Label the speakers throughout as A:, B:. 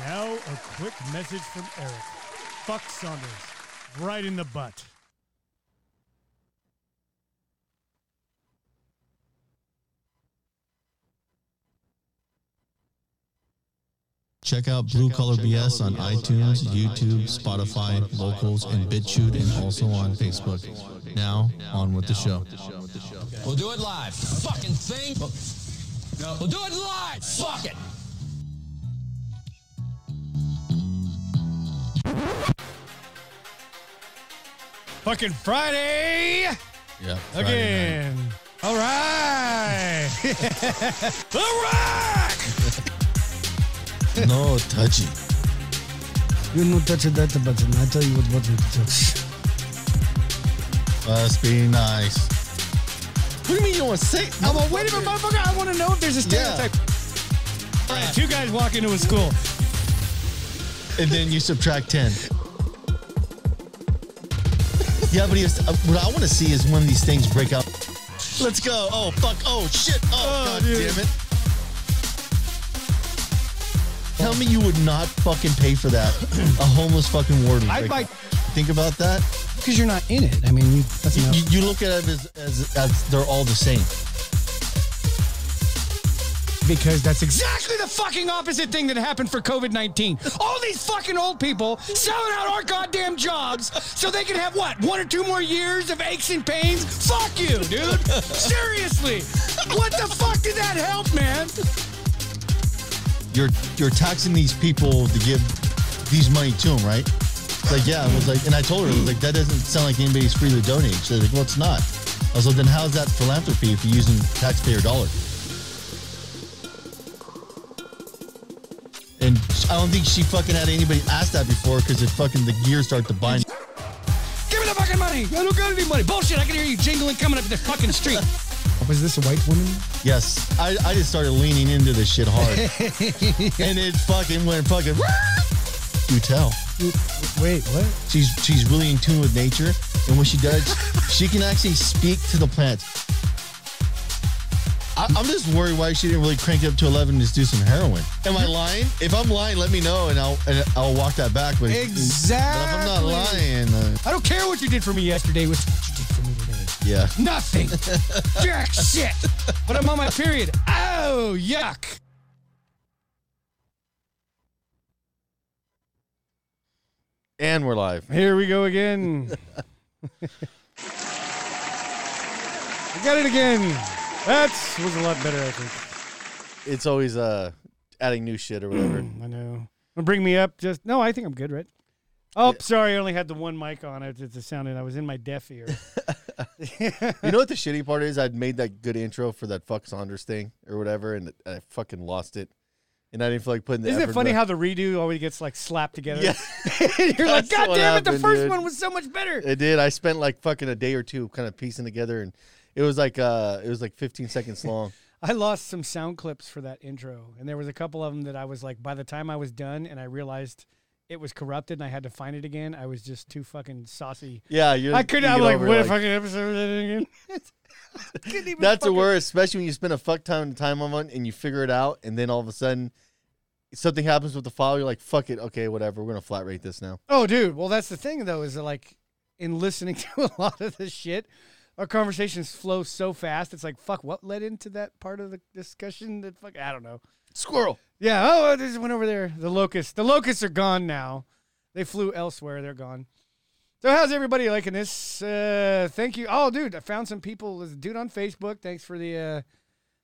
A: Now, a quick message from Eric. Fuck Saunders. Right in the butt.
B: Check out Blue Collar BS on iTunes, YouTube, Spotify, Locals, and BitChute, and also on Facebook. Now, on with the show.
C: We'll do it live. Fucking thing. We'll do it live. Fuck it.
A: Fucking Friday
B: Yeah.
A: again. All right. the Rock.
B: No touchy.
D: You no touch that button. I tell you what button to touch.
B: Must be nice. What do you mean you want to say?
A: I'm a wait a minute, motherfucker. I want to know if there's a stereotype. All right, two guys walk into a school.
B: and then you subtract 10. Yeah, but he was, uh, what I want to see is when these things break up. Let's go. Oh, fuck. Oh, shit. Oh,
A: Oh,
B: god
A: dude.
B: damn it. Tell me you would not fucking pay for that. A homeless fucking warden.
A: I'd
B: break
A: buy-
B: up. Think about that.
D: Because you're not in it. I mean, you, that's not.
B: You, you look at it as, as, as they're all the same.
D: because that's exactly.
A: Exactly the fucking opposite thing that happened for COVID 19. All these fucking old people selling out our goddamn jobs so they can have what? One or two more years of aches and pains? Fuck you, dude. Seriously. What the fuck did that help, man?
B: You're you're taxing these people to give these money to them, right? It's like, yeah, I was like, and I told her, I was like, that doesn't sound like anybody's free to donate. She's like, well, it's not. I was like, then how's that philanthropy if you're using taxpayer dollar? And I don't think she fucking had anybody ask that before because it fucking the gears start to bind.
A: Give me the fucking money. I don't got any money. Bullshit. I can hear you jingling coming up the fucking street.
D: Was Oh, this a white woman?
B: Yes, I, I just started leaning into this shit hard, and it fucking went fucking. You tell.
D: You- Wait, what?
B: She's she's really in tune with nature, and what she does, she can actually speak to the plants. I, I'm just worried why she didn't really crank it up to 11 and just do some heroin. Am I lying? If I'm lying, let me know, and I'll and I'll walk that back. But But if I'm not
A: Exactly.
B: lying, uh,
A: I don't care what you did for me yesterday. It was what you did for me today.
B: yeah.
A: Nothing. Jack shit. But I'm on my period. Oh, yuck.
B: And we're live.
A: Here we go again. I got it again. That was a lot better, I think.
B: It's always uh adding new shit or whatever.
A: I know. Well, Bring me up. Just no. I think I'm good, right? Oh, sorry. I only had the one mic on. It it just sounded. I was in my deaf ear.
B: you know what the shitty part is? I'd made that good intro for that fuck Saunders thing or whatever, and I fucking lost it. And I didn't feel like putting the
A: Isn't
B: effort
A: it funny
B: back-
A: how the redo always gets like slapped together?
B: Yeah.
A: You're like,
B: That's
A: God
B: what
A: damn it! The
B: happened,
A: first
B: dude.
A: one was so much better.
B: It did. I spent like fucking a day or two kind of piecing together and it was like uh it was like 15 seconds long.
A: I lost some sound clips for that intro, and there was a couple of them that I was like, by the time I was done, and I realized it was corrupted, and I had to find it again. I was just too fucking saucy.
B: Yeah, you
A: I couldn't.
B: you
A: I'm
B: get
A: like,
B: over,
A: what a fucking episode is that again? I couldn't even
B: That's the
A: fucking-
B: worst, especially when you spend a fuck ton of time on one and you figure it out and then all of a sudden something happens with the file, you're like, fuck it, okay, whatever, we're gonna flat rate this now.
A: Oh, dude. Well, that's the thing though, is that, like in listening to a lot of this shit, our conversations flow so fast. It's like, fuck, what led into that part of the discussion? That fuck, I don't know.
B: Squirrel.
A: Yeah. Oh, there's one over there. The locusts. The locusts are gone now. They flew elsewhere. They're gone. So how's everybody liking this? Uh, thank you. Oh, dude, I found some people. There's a dude on Facebook. Thanks for the. Uh,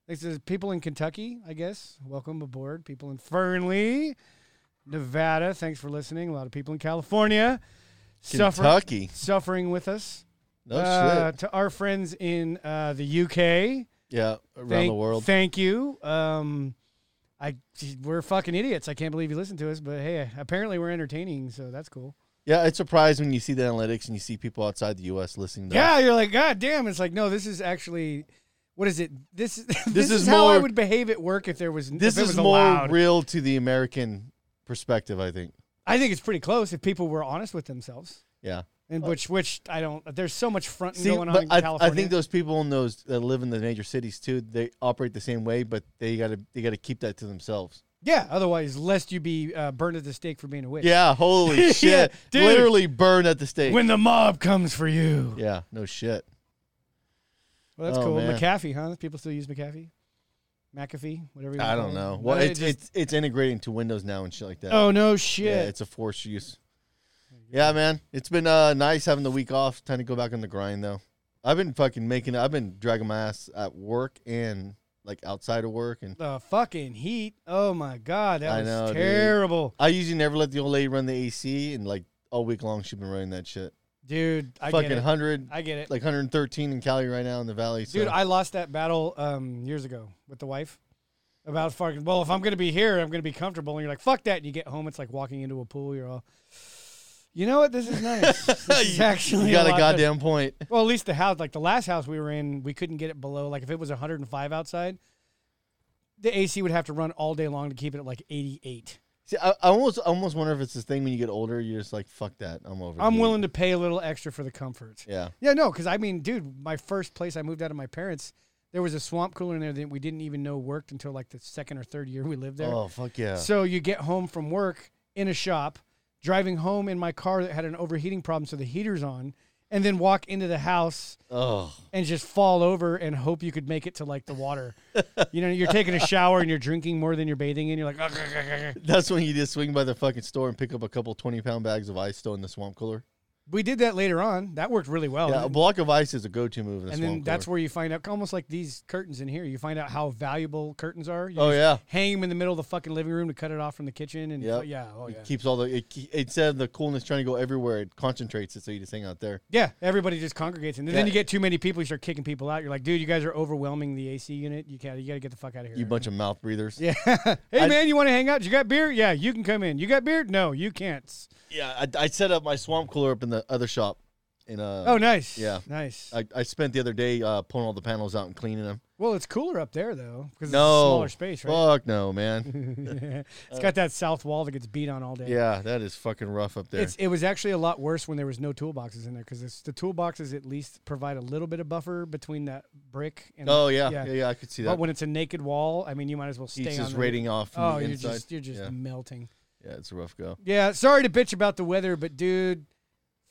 A: thanks to the people in Kentucky, I guess. Welcome aboard, people in Fernley, Nevada. Thanks for listening. A lot of people in California, suffer,
B: Kentucky.
A: suffering with us.
B: No
A: Uh,
B: shit.
A: To our friends in uh, the UK,
B: Yeah, around
A: thank,
B: the world.
A: Thank you. Um, I we're fucking idiots. I can't believe you listen to us, but hey, apparently we're entertaining, so that's cool.
B: yeah, it's surprising when you see the analytics and you see people outside the US listening to
A: Yeah, you're like, God damn! It's like, no, this is actually, what is it? This is this, is,
B: is
A: how I
B: more-
A: would behave at work if there was
B: This
A: if it was
B: is more
A: allowed.
B: real to the American perspective, I think.
A: I think it's pretty close if people were honest with themselves,
B: Yeah.
A: and which which I don't. There's so much fronting
B: See,
A: going on
B: but
A: in
B: I,
A: California.
B: I think those people in those that live in the major cities too, they operate the same way, but they gotta they gotta keep that to themselves.
A: Yeah, otherwise, lest you be uh, burned at the stake for being a witch.
B: Yeah, holy shit.
A: dude.
B: Literally burned at the stake.
A: When the mob comes for you.
B: yeah, no shit.
A: Well, that's
B: Oh,
A: cool.
B: man.
A: McAfee, huh? People still use McAfee? McAfee? Whatever you wanna
B: I don't
A: call it.
B: know. Well,
A: No,
B: it's,
A: it just-
B: it's it's integrating to Windows now and shit like that.
A: oh, no
B: yeah,
A: shit.
B: it's a forced use. Yeah, man, it's been uh, nice having the week off. Time to go back on the grind though. I've been fucking making. I've been dragging my ass at work and like outside of work, and
A: the fucking heat. Oh, my God. That
B: I
A: was
B: know, dude.
A: terrible.
B: I usually never let the old lady run the AC, and like all week long she's been running that shit.
A: Dude, I get
B: fucking
A: it.
B: hundred,
A: I get it.
B: like hundred and thirteen in Cali right now in the valley. So.
A: Dude, I lost that battle um, years ago with the wife about fucking. Well, if I'm gonna be here, I'm gonna be comfortable. And you're like, fuck that. And you get home, it's like walking into a pool. You're all, you know what? This is nice. This is
B: You-
A: actually
B: you got
A: a
B: a
A: lot better."
B: goddamn point.
A: Well, at least the house, like the last house we were in, we couldn't get it below. Like if it was 105 outside, the AC would have to run all day long to keep it at like 88.
B: See, I, I almost I almost wonder if it's this thing when you get older, you're just like, fuck that, I'm over.
A: I'm
B: heat."
A: willing to pay a little extra for the comfort.
B: Yeah.
A: Yeah, no, because I mean, dude, my first place I moved out of my parents, there was a swamp cooler in there that we didn't even know worked until like the second or third year we lived there.
B: Oh fuck yeah.
A: So you get home from work in a shop, driving home in my car that had an overheating problem, so the heater's on, and then walk into the house
B: oh
A: and just fall over and hope you could make it to like the water. you know, you're taking a shower and you're drinking more than you're bathing in. You're like, "Ugh, ugh, ugh, ugh."
B: That's when you just swing by the fucking store and pick up a couple 20 pound bags of ice still in the swamp cooler.
A: we did that later on. That worked really well.
B: yeah, a
A: and
B: block of ice is a go to move in the
A: and
B: swamp
A: then that's
B: cooler.
A: where you find out, almost like these curtains in here, you find out how valuable curtains are. You
B: Oh,
A: just
B: yeah.
A: hang them in the middle of the fucking living room to cut it off from the kitchen. And
B: Yep.
A: yeah, oh yeah,
B: It keeps all the, it, ke- instead of the coolness trying to go everywhere, it concentrates it so you just hang out there.
A: yeah. Everybody just congregates, and then,
B: Yeah.
A: you get too many people, you start kicking people out. You're like, dude, you guys are overwhelming the AC unit. You can't, you got to get the fuck out of here.
B: You bunch of mouth breathers.
A: Mm-hmm. yeah. hey
B: I-
A: man, you want to hang out? You got beer? Yeah, you can come in. You got beer? No, you can't.
B: Yeah, I, I set up my swamp cooler up in the other shop. In uh,
A: Oh, nice.
B: yeah. Uh,
A: nice.
B: I, I spent the other day uh, pulling all the panels out and cleaning them.
A: well, it's cooler up there though because it's a
B: No.
A: smaller space, right?
B: Fuck no, man.
A: it's got that south wall that gets beat on all day.
B: yeah, that is fucking rough up there.
A: It's, it was actually a lot worse when there was no toolboxes in there because the toolboxes at least provide a little bit of buffer between that brick and
B: oh,
A: the-
B: yeah, yeah. Yeah, I could see that.
A: But when it's a naked wall, I mean, you might as well stay
B: He's
A: on
B: just
A: there.
B: rating off. From
A: Oh,
B: the
A: you're
B: inside.
A: just you're just
B: yeah.
A: melting.
B: yeah, it's a rough go.
A: Yeah, sorry to bitch about the weather, but dude,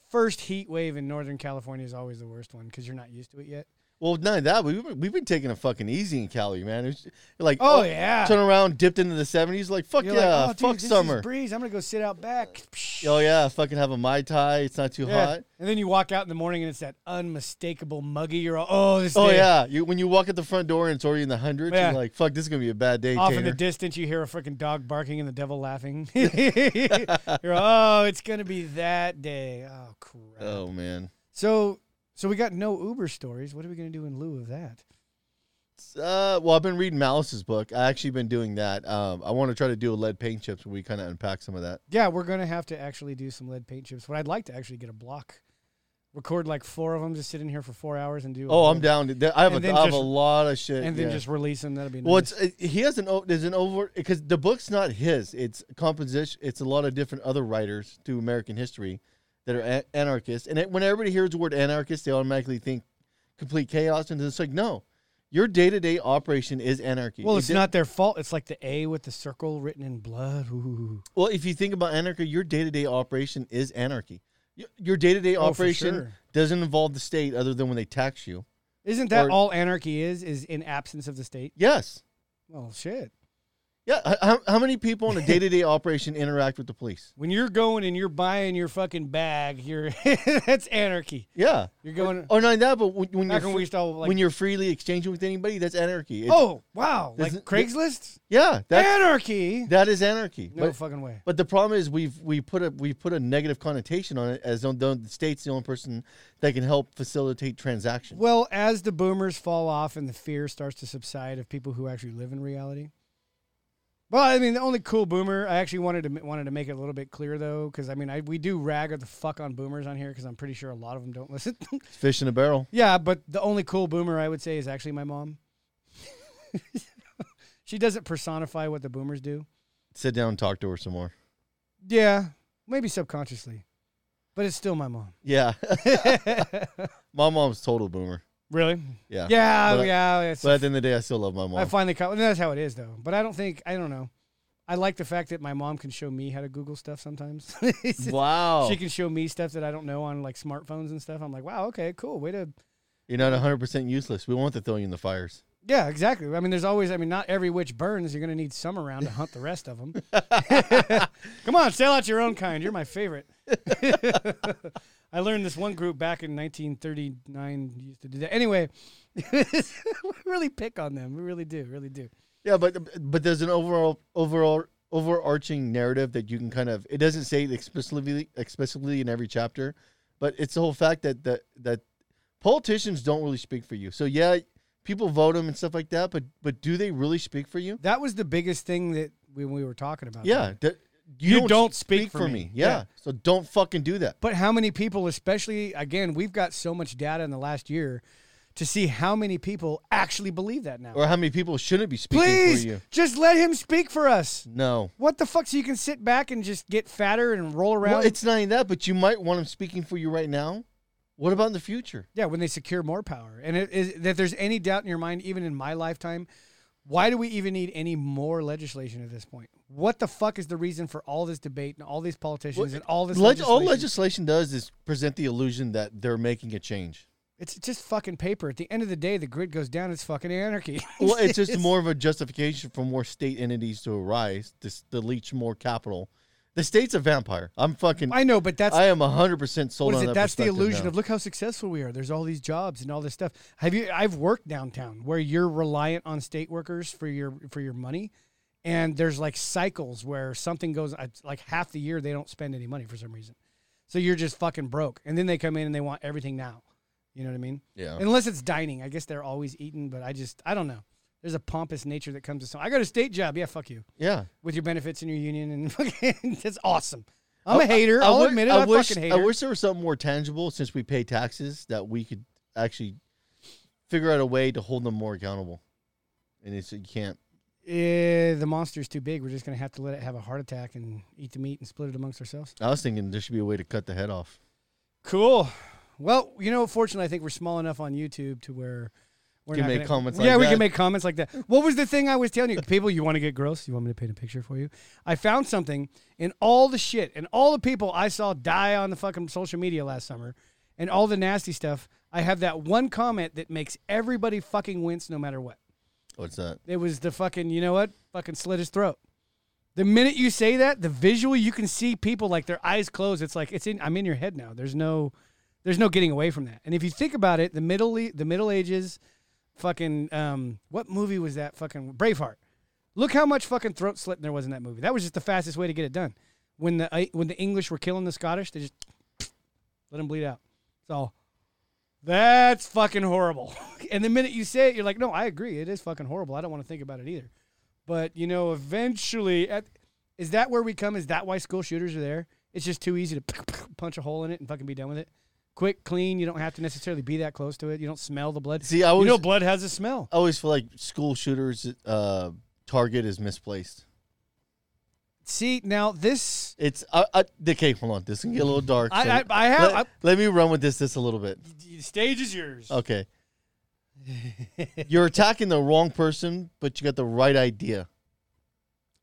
A: first heat wave in Northern California is always the worst one because you're not used to it yet.
B: Well, none of that. We've been, we've been taking a fucking easy in Cali, man. It's like,
A: Oh, yeah.
B: turn around, dipped into the seventies. Like, fuck
A: You're
B: yeah,
A: like, oh, dude,
B: fuck
A: this is
B: summer.
A: breeze. I'm gonna go sit out back.
B: oh yeah, fucking have a mai tai. It's not too
A: Yeah.
B: hot.
A: And then you walk out in the morning and it's that unmistakable muggy. You're all, oh, this
B: Oh
A: day.
B: yeah, you when you walk at the front door and it's already in the hundreds,
A: Yeah.
B: you're like, fuck, this is gonna be a bad day.
A: Off in the
B: Tanner.
A: distance, you hear a freaking dog barking and the devil laughing. You're all, oh, it's gonna be that day. Oh crap.
B: oh man,
A: So, so we got no Uber stories. What are we gonna do in lieu of that?
B: It's, uh, well, I've been reading Malice's book. I actually been doing that. Um, I want to try to do a lead paint chips where we kind of unpack some of that.
A: Yeah, we're gonna have to actually do some lead paint chips. What I'd like to actually get a block, record like four of them, just sit in here for four hours and do. a
B: Oh, I'm
A: whole-
B: down. to that. I have,
A: And
B: a,
A: then
B: I have
A: just-
B: a lot of shit.
A: And then
B: yeah.
A: just release them. That'll be nice.
B: Well, it's, it, he has an o- there's an over because the book's not his. It's composition. It's a lot of different other writers through American history that are a- anarchists. And it, when everybody hears the word anarchist, they automatically think complete chaos. And it's like, no, your day to day operation is anarchy.
A: well,
B: It
A: it's
B: di-
A: not their fault. It's like the A with the circle written in blood. Ooh.
B: Well, if you think about anarchy, your day to day operation is anarchy. Y- Your day to day
A: Oh, for
B: operation
A: sure.
B: doesn't involve the state other than when they tax you.
A: Isn't that
B: Or-
A: all anarchy is? Is in absence of the state?
B: Yes.
A: Well, shit.
B: Yeah. h- How, how many people in a day to day operation interact with the police?
A: When you're going and you're buying your fucking bag, you're that's anarchy.
B: Yeah.
A: You're going.
B: Oh, not only that, but when, when you're
A: Back when we used to, like-
B: when you're freely exchanging with anybody, that's anarchy. It's-
A: Oh wow! Like
B: Isn't-
A: Craigslist?
B: yeah, that
A: anarchy?
B: that is anarchy.
A: No
B: but,
A: fucking way.
B: but the problem is we've we put a we put a negative connotation on it as though the state's the only person that can help facilitate transactions.
A: Well, as the boomers fall off and the fear starts to subside of people who actually live in reality. Well, I mean, the only cool boomer I actually wanted to wanted to make it a little bit clear though, because I mean, I we do rag the fuck on boomers on here because I'm pretty sure a lot of them don't listen.
B: Fish in a barrel.
A: yeah, but the only cool boomer I would say is actually my mom. she doesn't personify what the boomers do.
B: Sit down and talk to her some more.
A: Yeah, maybe subconsciously, but it's still my mom.
B: Yeah, my mom's total boomer.
A: Really?
B: Yeah,
A: Yeah,
B: But I-
A: yeah. it's-
B: But at the end of the day, I still love my
A: I
B: mom.
A: finally caught. That's how it is, though. But I don't think I don't know. I like the fact that my mom can show me how to Google stuff sometimes.
B: Wow.
A: She can show me stuff that I don't know on like smartphones and stuff. I'm like, wow, okay, cool. Way to
B: You're not 100% useless. We want to throw you in the fires.
A: Yeah, exactly. I mean, there's always. I mean, not every witch burns. You're going to need some around to hunt the rest of them. Come on, sail out your own kind. You're my favorite. I learned this one group back in 1939 used to do that. Anyway, we really pick on them. We really do. Really do.
B: Yeah, but but there's an overall overall overarching narrative that you can kind of it doesn't say it explicitly explicitly in every chapter, but it's the whole fact that that that politicians don't really speak for you. So yeah, people vote them and stuff like that, but but do they really speak for you?
A: That was the biggest thing that we, we were talking about.
B: Yeah, that-
A: You don't speak for me.
B: Yeah.
A: Yeah.
B: so don't fucking do that.
A: But how many people, especially again, we've got so much data in the last year to see how many people actually believe that now.
B: Or how many people shouldn't be speaking for
A: Please,
B: you?
A: just let him speak for us.
B: No.
A: What the fuck? So you can sit back and just get fatter and roll around?
B: Well, it's not even that, but you might want them speaking for you right now. What about in the future?
A: yeah, when they secure more power. And it is, that there's any doubt in your mind, even in my lifetime, why do we even need any more legislation at this point? What the fuck is the reason for all this debate and all these politicians and all this
B: Leg- all
A: legislation?
B: legislation does is present the illusion that they're making a change.
A: it's just fucking paper. At the end of the day, the grid goes down. It's fucking anarchy.
B: Well, it's just more of a justification for more state entities to arise to, s- to leech more capital. The state's a vampire. I'm fucking.
A: I know, but that's
B: I am 100% sold
A: what is
B: on
A: it?
B: that.
A: That's the
B: perspective
A: illusion
B: now.
A: of look how successful we are. There's all these jobs and all this stuff. Have you? I've worked downtown where you're reliant on state workers for your for your money, and there's like cycles where something goes I- like half the year they don't spend any money for some reason, so you're just fucking broke. And then they come in and they want everything now. You know what I mean?
B: Yeah.
A: Unless it's dining, I guess they're always eating. But I just I don't know. There's a pompous nature that comes to some. I got a state job. Yeah, fuck you
B: Yeah.
A: with your benefits and your union and fucking. That's awesome. I'm a hater. I, will
B: wi-
A: admit it.
B: I
A: I,
B: wish,
A: fucking hate
B: I wish there was something more tangible since we pay taxes that we could actually figure out a way to hold them more accountable. And it's, you can't.
A: Eh, the monster's too big. We're just gonna have to let it have a heart attack and eat the meat and split it amongst ourselves.
B: I was thinking there should be a way to cut the head off.
A: Cool. Well, you know, fortunately, I think we're small enough on YouTube to where we're
B: Can
A: not
B: make
A: gonna-
B: comments
A: Yeah,
B: like
A: we
B: that.
A: can make comments like that. What was the thing I was telling you, people? You want to get gross? You want me to paint a picture for you? I found something in all the shit and all the people I saw die on the fucking social media last summer, and all the nasty stuff. I have that one comment that makes everybody fucking wince, no matter what.
B: What's that?
A: It was the fucking, you know what? Fucking slit his throat. The minute you say that, the visual you can see people like their eyes closed. It's like it's in. I'm in your head now. There's no, there's no getting away from that. And if you think about it, the middle, the Middle Ages, fucking, um, what movie was that? Fucking Braveheart. Look how much fucking throat slitting there was in that movie. That was just the fastest way to get it done. When the when the English were killing the Scottish, they just let them bleed out. So that's fucking horrible. And the minute you say it, you're like, no, I agree. It is fucking horrible. I don't want to think about it either. But you know, eventually, at, is that where we come? Is that why school shooters are there? It's just too easy to punch a hole in it and fucking be done with it. Quick, clean. You don't have to necessarily be that close to it. You don't smell the blood.
B: See, I always,
A: you know, blood has a smell.
B: I always feel Oh, like school shooters' uh, target is misplaced.
A: See, now this,
B: It's uh, I, I, okay. Hold on, this can get a little dark.
A: I, I,
B: so
A: I have.
B: let, let me run with this this a little bit.
A: I- the stage is yours.
B: Okay, you're attacking the wrong person, but you got the right idea.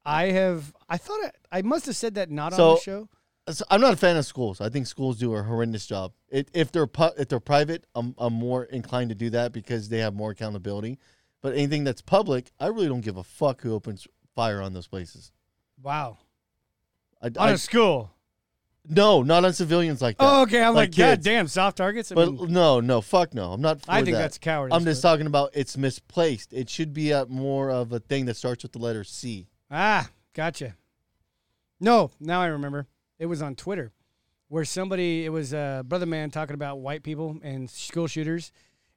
A: I have. I thought I, I must have said that not on
B: So-
A: the show.
B: So I'm not a fan of schools. I think schools do a horrendous job. It, if they're pu- if they're private, I'm I'm more inclined to do that because they have more accountability. But anything that's public, I really don't give a fuck who opens fire on those places.
A: Wow,
B: I,
A: on
B: I-
A: a school.
B: no, not on civilians like that.
A: Oh, okay. I'm like,
B: kids.
A: God damn, soft targets. I,
B: But
A: mean,
B: no, no, fuck no. I'm not. For
A: I think
B: that.
A: that's cowardice.
B: I'm just
A: but-
B: talking about it's misplaced. It should be a, more of a thing that starts with the letter C.
A: ah, gotcha. No, now I remember. It was on Twitter where somebody, it was uh, brother man talking about white people and school shooters.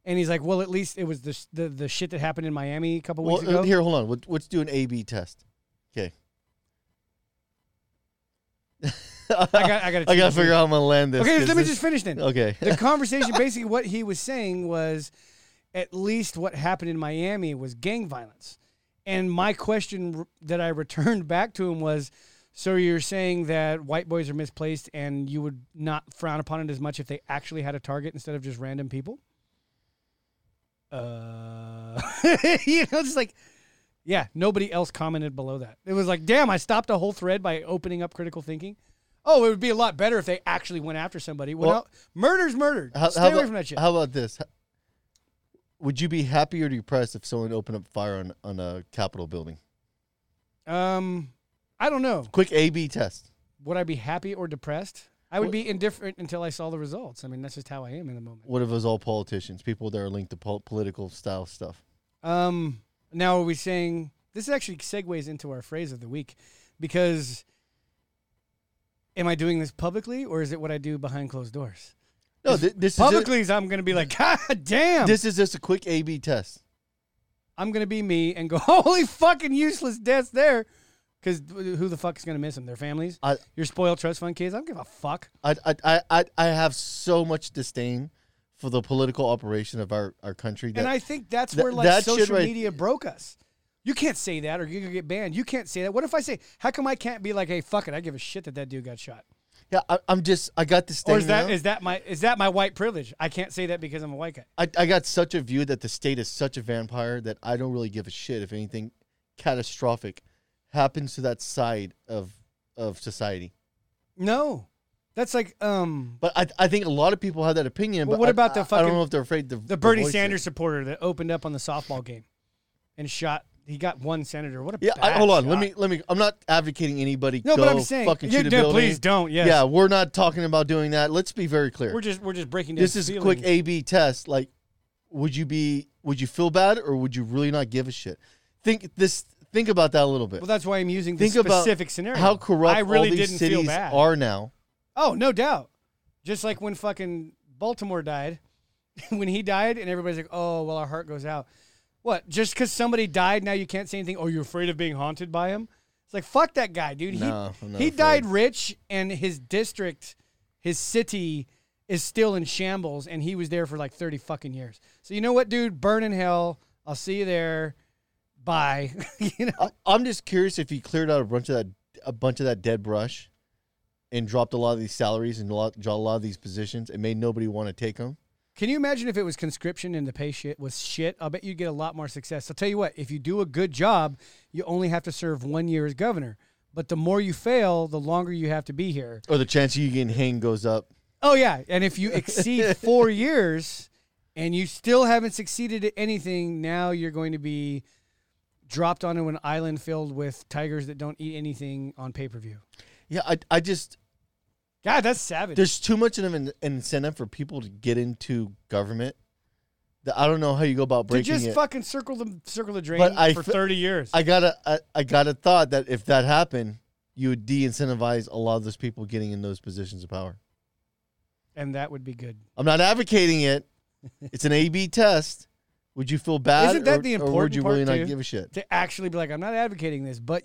A: And he's like, well, at least it was the, sh- the, the shit that happened in Miami a couple
B: Well,
A: weeks ago.
B: uh, here, hold on. Let- Let's do an A/B test. Okay.
A: I got, I got
B: I gotta figure out how I'm gonna land this.
A: Okay,
B: 'cause
A: let me
B: this-
A: just finish then.
B: Okay.
A: the conversation basically what he was saying was at least what happened in Miami was gang violence. And my question r- that I returned back to him was so you're saying that white boys are misplaced and you would not frown upon it as much if they actually had a target instead of just random people? Uh, you know, just like Yeah, nobody else commented below that. It was like, damn, I stopped a whole thread by opening up critical thinking. Oh, it would be a lot better if they actually went after somebody. Well,
B: Well-
A: murder's murdered.
B: How,
A: Stay
B: how
A: away
B: about,
A: from that shit.
B: How about this? Would you be happy or depressed if someone opened up fire on, on a Capitol building?
A: um, I don't know.
B: Quick A B test.
A: Would I be happy or depressed? I would be indifferent until I saw the results. I mean, that's just how I am in the moment.
B: What if it was all politicians, people that are linked to pol- political style stuff?
A: Um, now are we saying this actually segues into our phrase of the week because am I doing this publicly or is it what I do behind closed doors?
B: No, thi- this is
A: Publicly, I'm going to be like, God damn,
B: it. this is just a quick A B test.
A: I'm going to be me and go, holy fucking useless deaths there. Because who the fuck is going to miss them? Their families?
B: I,
A: Your spoiled trust fund kids? I don't give a fuck.
B: I, I- I, I, I have so much disdain for the political operation of our, our country. That
A: And I think that's
B: that-
A: where like
B: that shit
A: social
B: right-
A: media broke us. You can't say that or you're going to get banned. You can't say that. What if I say, how come I can't be like, hey, fuck it, I give a shit that that dude got shot?
B: yeah, I, I'm just I got disdain.
A: or is that
B: now.
A: is that my is that my white privilege? I can't say that because I'm a white guy.
B: I, I got such a view that the state is such a vampire that I don't really give a shit if anything catastrophic happens to that side of of society.
A: No, that's like um
B: But I, I think a lot of people have that opinion.
A: Well,
B: but
A: what
B: I-
A: about the
B: I- I
A: fucking-
B: don't know if they're afraid to
A: the
B: to
A: Bernie
B: voice it.
A: Sanders supporter that opened up on the softball game and shot. He got one senator. What a
B: Yeah, I,
A: bad
B: hold on.
A: shot.
B: Let me let me. I'm not advocating anybody.
A: No,
B: go
A: but I'm saying,
B: fucking
A: yeah,
B: shoot a
A: no,
B: building.
A: please don't, yes.
B: Yeah, we're not talking about doing that. Let's be very clear.
A: We're just we're just breaking down
B: this is a quick
A: feelings.
B: A/B test. Like, would you be? Would you feel bad, or would you really not give a shit? Think this. Think about that a little bit.
A: Well, that's why I'm using the
B: think about
A: specific scenario.
B: how corrupt
A: I really
B: all these
A: didn't
B: cities
A: feel bad.
B: are now.
A: Oh, no doubt. Just like when fucking Baltimore died, when he died, and everybody's like, "Oh, well, our heart goes out." What? Just because somebody died, now you can't say anything? Oh, you're afraid of being haunted by him? It's like fuck that guy, dude.
B: No,
A: he
B: I'm not
A: he
B: afraid.
A: died rich, and his district, his city, is still in shambles, and he was there for like thirty fucking years. So you know what, dude? Burn in hell. I'll see you there. Bye. you know.
B: I, I'm just curious if he cleared out a bunch of that a bunch of that dead brush, and dropped a lot of these salaries and a lot, a lot of these positions, and made nobody want to take them.
A: Can you imagine if it was conscription and the pay shit was shit? I'll bet you'd get a lot more success. I'll tell you what, if you do a good job, you only have to serve one year as governor. But the more you fail, the longer you have to be here.
B: Or the chance of you getting hanged goes up.
A: Oh, yeah. And if you exceed four years and you still haven't succeeded at anything, now you're going to be dropped onto an island filled with tigers that don't eat anything on pay per view.
B: Yeah, I, I just
A: God, that's savage.
B: there's too much of an an incentive for people to get into government. That I don't know how you go about
A: to
B: breaking
A: just
B: it.
A: fucking circle the circle the drain
B: But I
A: for
B: fe-
A: 30 years.
B: I got a I, I got a thought that if that happened, you would de-incentivize a lot of those people getting in those positions of power.
A: and that would be good.
B: I'm not advocating it. It's an A/B test. Would you feel bad?
A: Isn't that
B: or,
A: the
B: or would
A: important
B: you
A: part,
B: really
A: too?
B: not give a shit?
A: to actually be like, I'm not advocating this, but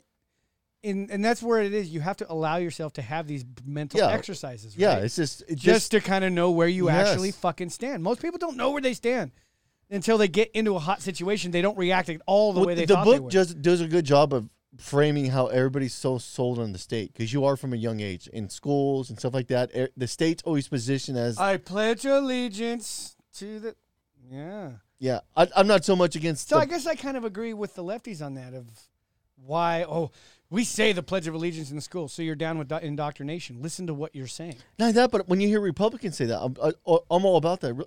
A: in and that's where it is. You have to allow yourself to have these mental
B: Yeah.
A: exercises. Right?
B: Yeah, it's just it
A: just to kind of know where you
B: Yes.
A: actually fucking stand. Most people don't know where they stand until they get into a hot situation. They don't react at all the
B: Well,
A: way they
B: the
A: thought they
B: book
A: would.
B: just does a good job of framing how everybody's so sold on the state because you are from a young age in schools and stuff like that. er- The state's always positioned as
A: I pledge allegiance to the. Yeah.
B: yeah. I, I'm not so much against.
A: So
B: the-
A: I guess I kind of agree with the lefties on that of why oh we say the pledge of allegiance in the school so you're down with do- indoctrination listen to what you're saying
B: not that, but when you hear Republicans say that, I'm, I, I'm all about that. Re-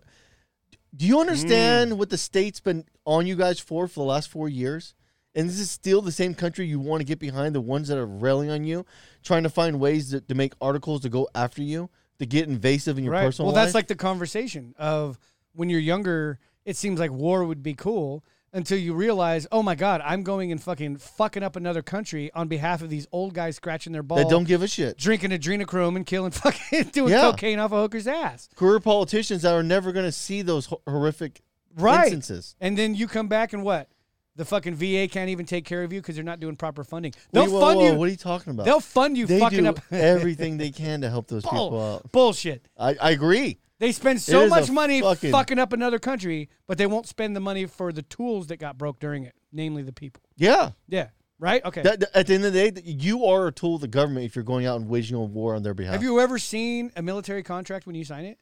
B: Do you
A: Mm.
B: understand what the state's been on you guys for for the last four years? And this is still the same country you want to get behind, the ones that are railing on you, trying to find ways to, to make articles to go after you, to get invasive in your personal
A: well
B: life.
A: that's like the conversation of when you're younger it seems like war would be cool until you realize oh my god i'm going and fucking fucking up another country on behalf of these old guys scratching their balls
B: that don't give a shit.
A: drinking adrenochrome and killing fucking doing
B: Yeah.
A: cocaine off a hooker's ass
B: career politicians that are never going to see those ho- horrific
A: right
B: instances.
A: and then you come back and what the fucking va can't even take care of you because they're not doing proper funding
B: Whoa,
A: they'll
B: whoa,
A: fund
B: whoa,
A: you
B: What are you talking about?
A: they'll fund you
B: they
A: fucking
B: do
A: up
B: everything they can to help those people
A: Bull-
B: out.
A: bullshit
B: I, I agree.
A: They spend so
B: is
A: much
B: a
A: money fucking,
B: fucking-
A: up another country, but they won't spend the money for the tools that got broke during it, namely the people.
B: Yeah.
A: Yeah. Right? Okay.
B: That, that- at the end of the day, that you are a tool of the government if you're going out and waging a war on their behalf.
A: Have you ever seen a military contract when you sign it?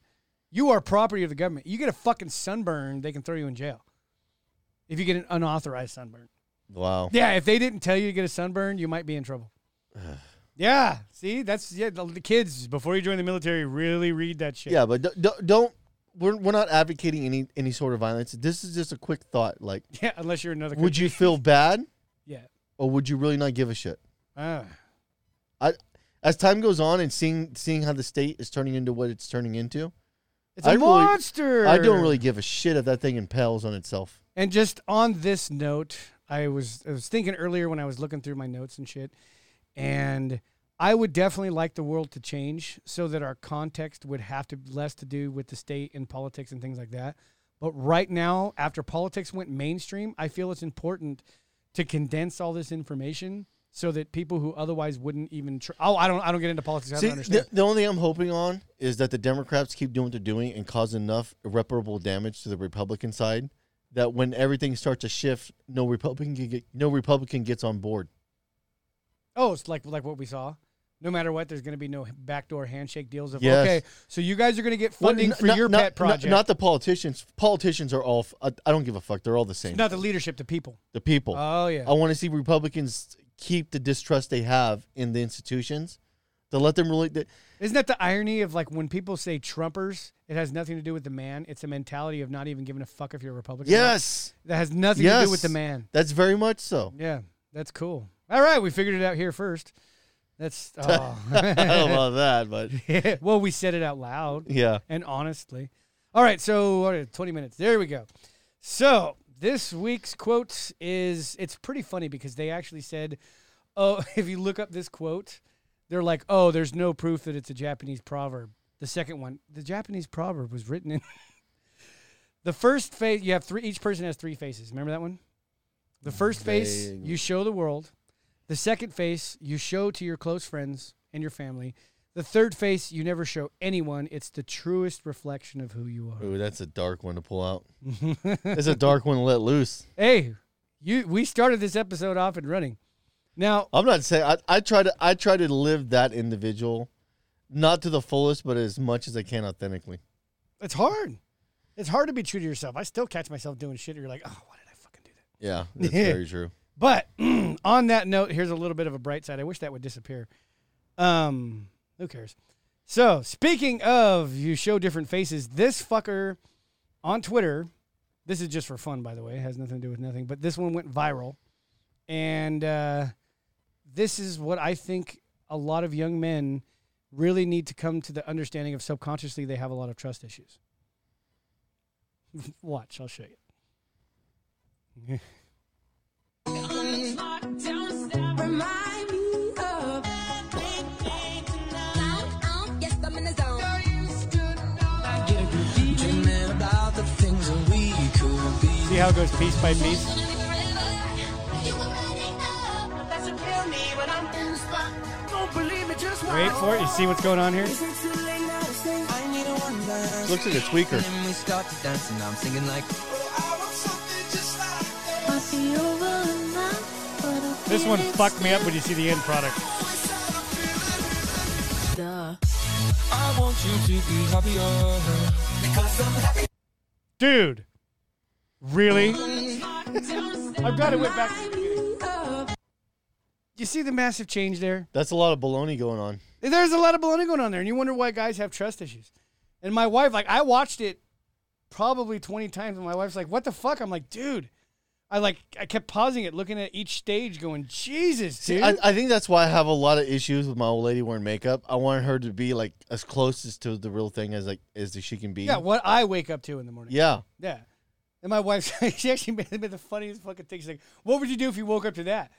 A: You are property of the government. You get a fucking sunburn, they can throw you in jail. If you get an unauthorized sunburn.
B: Wow.
A: Yeah, if they didn't tell you to get a sunburn, you might be in trouble. yeah, see, that's yeah. The, the kids before you join the military really read that shit.
B: Yeah, but d- d- don't. We're, we're not advocating any any sort of violence. This is just a quick thought. Like,
A: yeah. Unless you're another.
B: would
A: country.
B: you feel bad,
A: Yeah.
B: or would you really not give a shit?
A: Ah.
B: I, as time goes on and seeing seeing how the state is turning into what it's turning into,
A: It's a
B: I really-
A: monster.
B: I don't really give a shit if that thing impales on itself.
A: And just on this note, I was I was thinking earlier when I was looking through my notes and shit, and I would definitely like the world to change so that our context would have to less to do with the state and politics and things like that. But right now, after politics went mainstream, I feel it's important to condense all this information so that people who otherwise wouldn't even tr- oh I don't I don't get into politics I
B: See,
A: don't understand
B: the, the only thing I'm hoping on is that the Democrats keep doing what they're doing and cause enough irreparable damage to the Republican side that when everything starts to shift, no Republican can get, no Republican gets on board.
A: oh it's like like what we saw. No matter what, there's going to be no backdoor handshake deals of
B: Yes.
A: okay. So you guys are going to get
B: Well,
A: funding
B: n-
A: for
B: not-
A: your
B: not-
A: pet project.
B: Not, not the politicians. Politicians are all. F- I, I don't give a fuck. They're all the same.
A: Not the leadership, the people.
B: the people.
A: Oh yeah.
B: I want to see Republicans keep the distrust they have in the institutions. To let them really. That,
A: Isn't that the irony of like when people say Trumpers, it has nothing to do with the man. It's a mentality of not even giving a fuck if you're a Republican. or not.
B: yes.
A: That has nothing to
B: Yes.
A: do with the man.
B: That's very much so.
A: Yeah. That's cool. All right, we figured it out here first. That's
B: I don't
A: oh.
B: know about that, but
A: well, we said it out loud
B: yeah.
A: and honestly. All right, so what are- 20 minutes. There we go. So this week's quote is it's pretty funny because they actually said, "Oh, if you look up this quote, they're like, oh, there's no proof that it's a Japanese proverb." The second one, the Japanese proverb was written in. the first face you have three. Each person has three faces. Remember that one. The first face
B: Vaguely.
A: you show the world. The second face you show to your close friends and your family. The third face you never show anyone. It's the truest reflection of who you are.
B: Ooh, that's a dark one to pull out. It's a dark one to let loose.
A: Hey, you we started this episode off and running. Now,
B: I'm not saying I, I try to I try to live that individual, not to the fullest, but as much as I can authentically.
A: it's hard. It's hard to be true to yourself. I still catch myself doing shit. Where you're like, oh, why did I fucking do that?
B: Yeah, that's
A: Yeah.
B: very true.
A: But on that note, here's a little bit of a bright side. I wish that would disappear. Um, who cares? So, speaking of you show different faces, this fucker on Twitter, this is just for fun, by the way, it has nothing to do with nothing, but this one went viral. And uh, this is what I think a lot of young men really need to come to the understanding of subconsciously they have a lot of trust issues. Watch, I'll show you.
E: Dreaming about the things that we could be.
A: See how it goes piece by piece? Wait for it. You see what's going on here?
E: I need a one dance.
B: Looks like a tweaker.
E: And then we start to dance, and I'm singing like. "Oh,
A: This one fucked me up when you see the end product.
E: I want you to be happier.
A: Dude. Really? I'm glad it went back to the beginning. You see the massive change there?
B: That's a lot of baloney going on.
A: There's a lot of baloney going on there, and you wonder why guys have trust issues. And my wife, like, I watched it probably 20 times, and my wife's like, what the fuck? I'm like, dude. I like I kept pausing it, looking at each stage, going, Jesus, dude.
B: I, I think that's why I have a lot of issues with my old lady wearing makeup. I want her to be like as close as to the real thing as like as she can be.
A: yeah, what I wake up to in the morning.
B: Yeah.
A: Yeah. And my wife, she actually made, made the funniest fucking thing. She's like, what would you do if you woke up to that?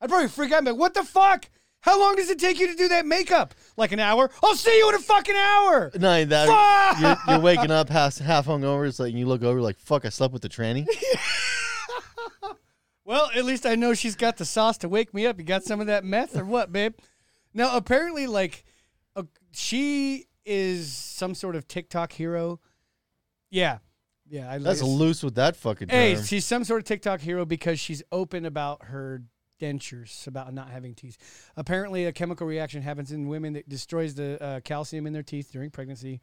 A: I'd probably freak out and be like, what the fuck? How long does it take you to do that makeup? Like an hour? I'll see you in a fucking hour.
B: No, that you're, you're waking up half half hungover. It's like you look over, like fuck, I slept with the tranny.
A: Well, at least I know she's got the sauce to wake me up. You got some of that meth or what, babe? Now, apparently, like, uh, she is some sort of TikTok hero. Yeah. Yeah. I
B: That's loose with that fucking. Term.
A: Hey, she's some sort of TikTok hero because she's open about her dentures, about not having teeth. Apparently, a chemical reaction happens in women that destroys the uh, calcium in their teeth during pregnancy.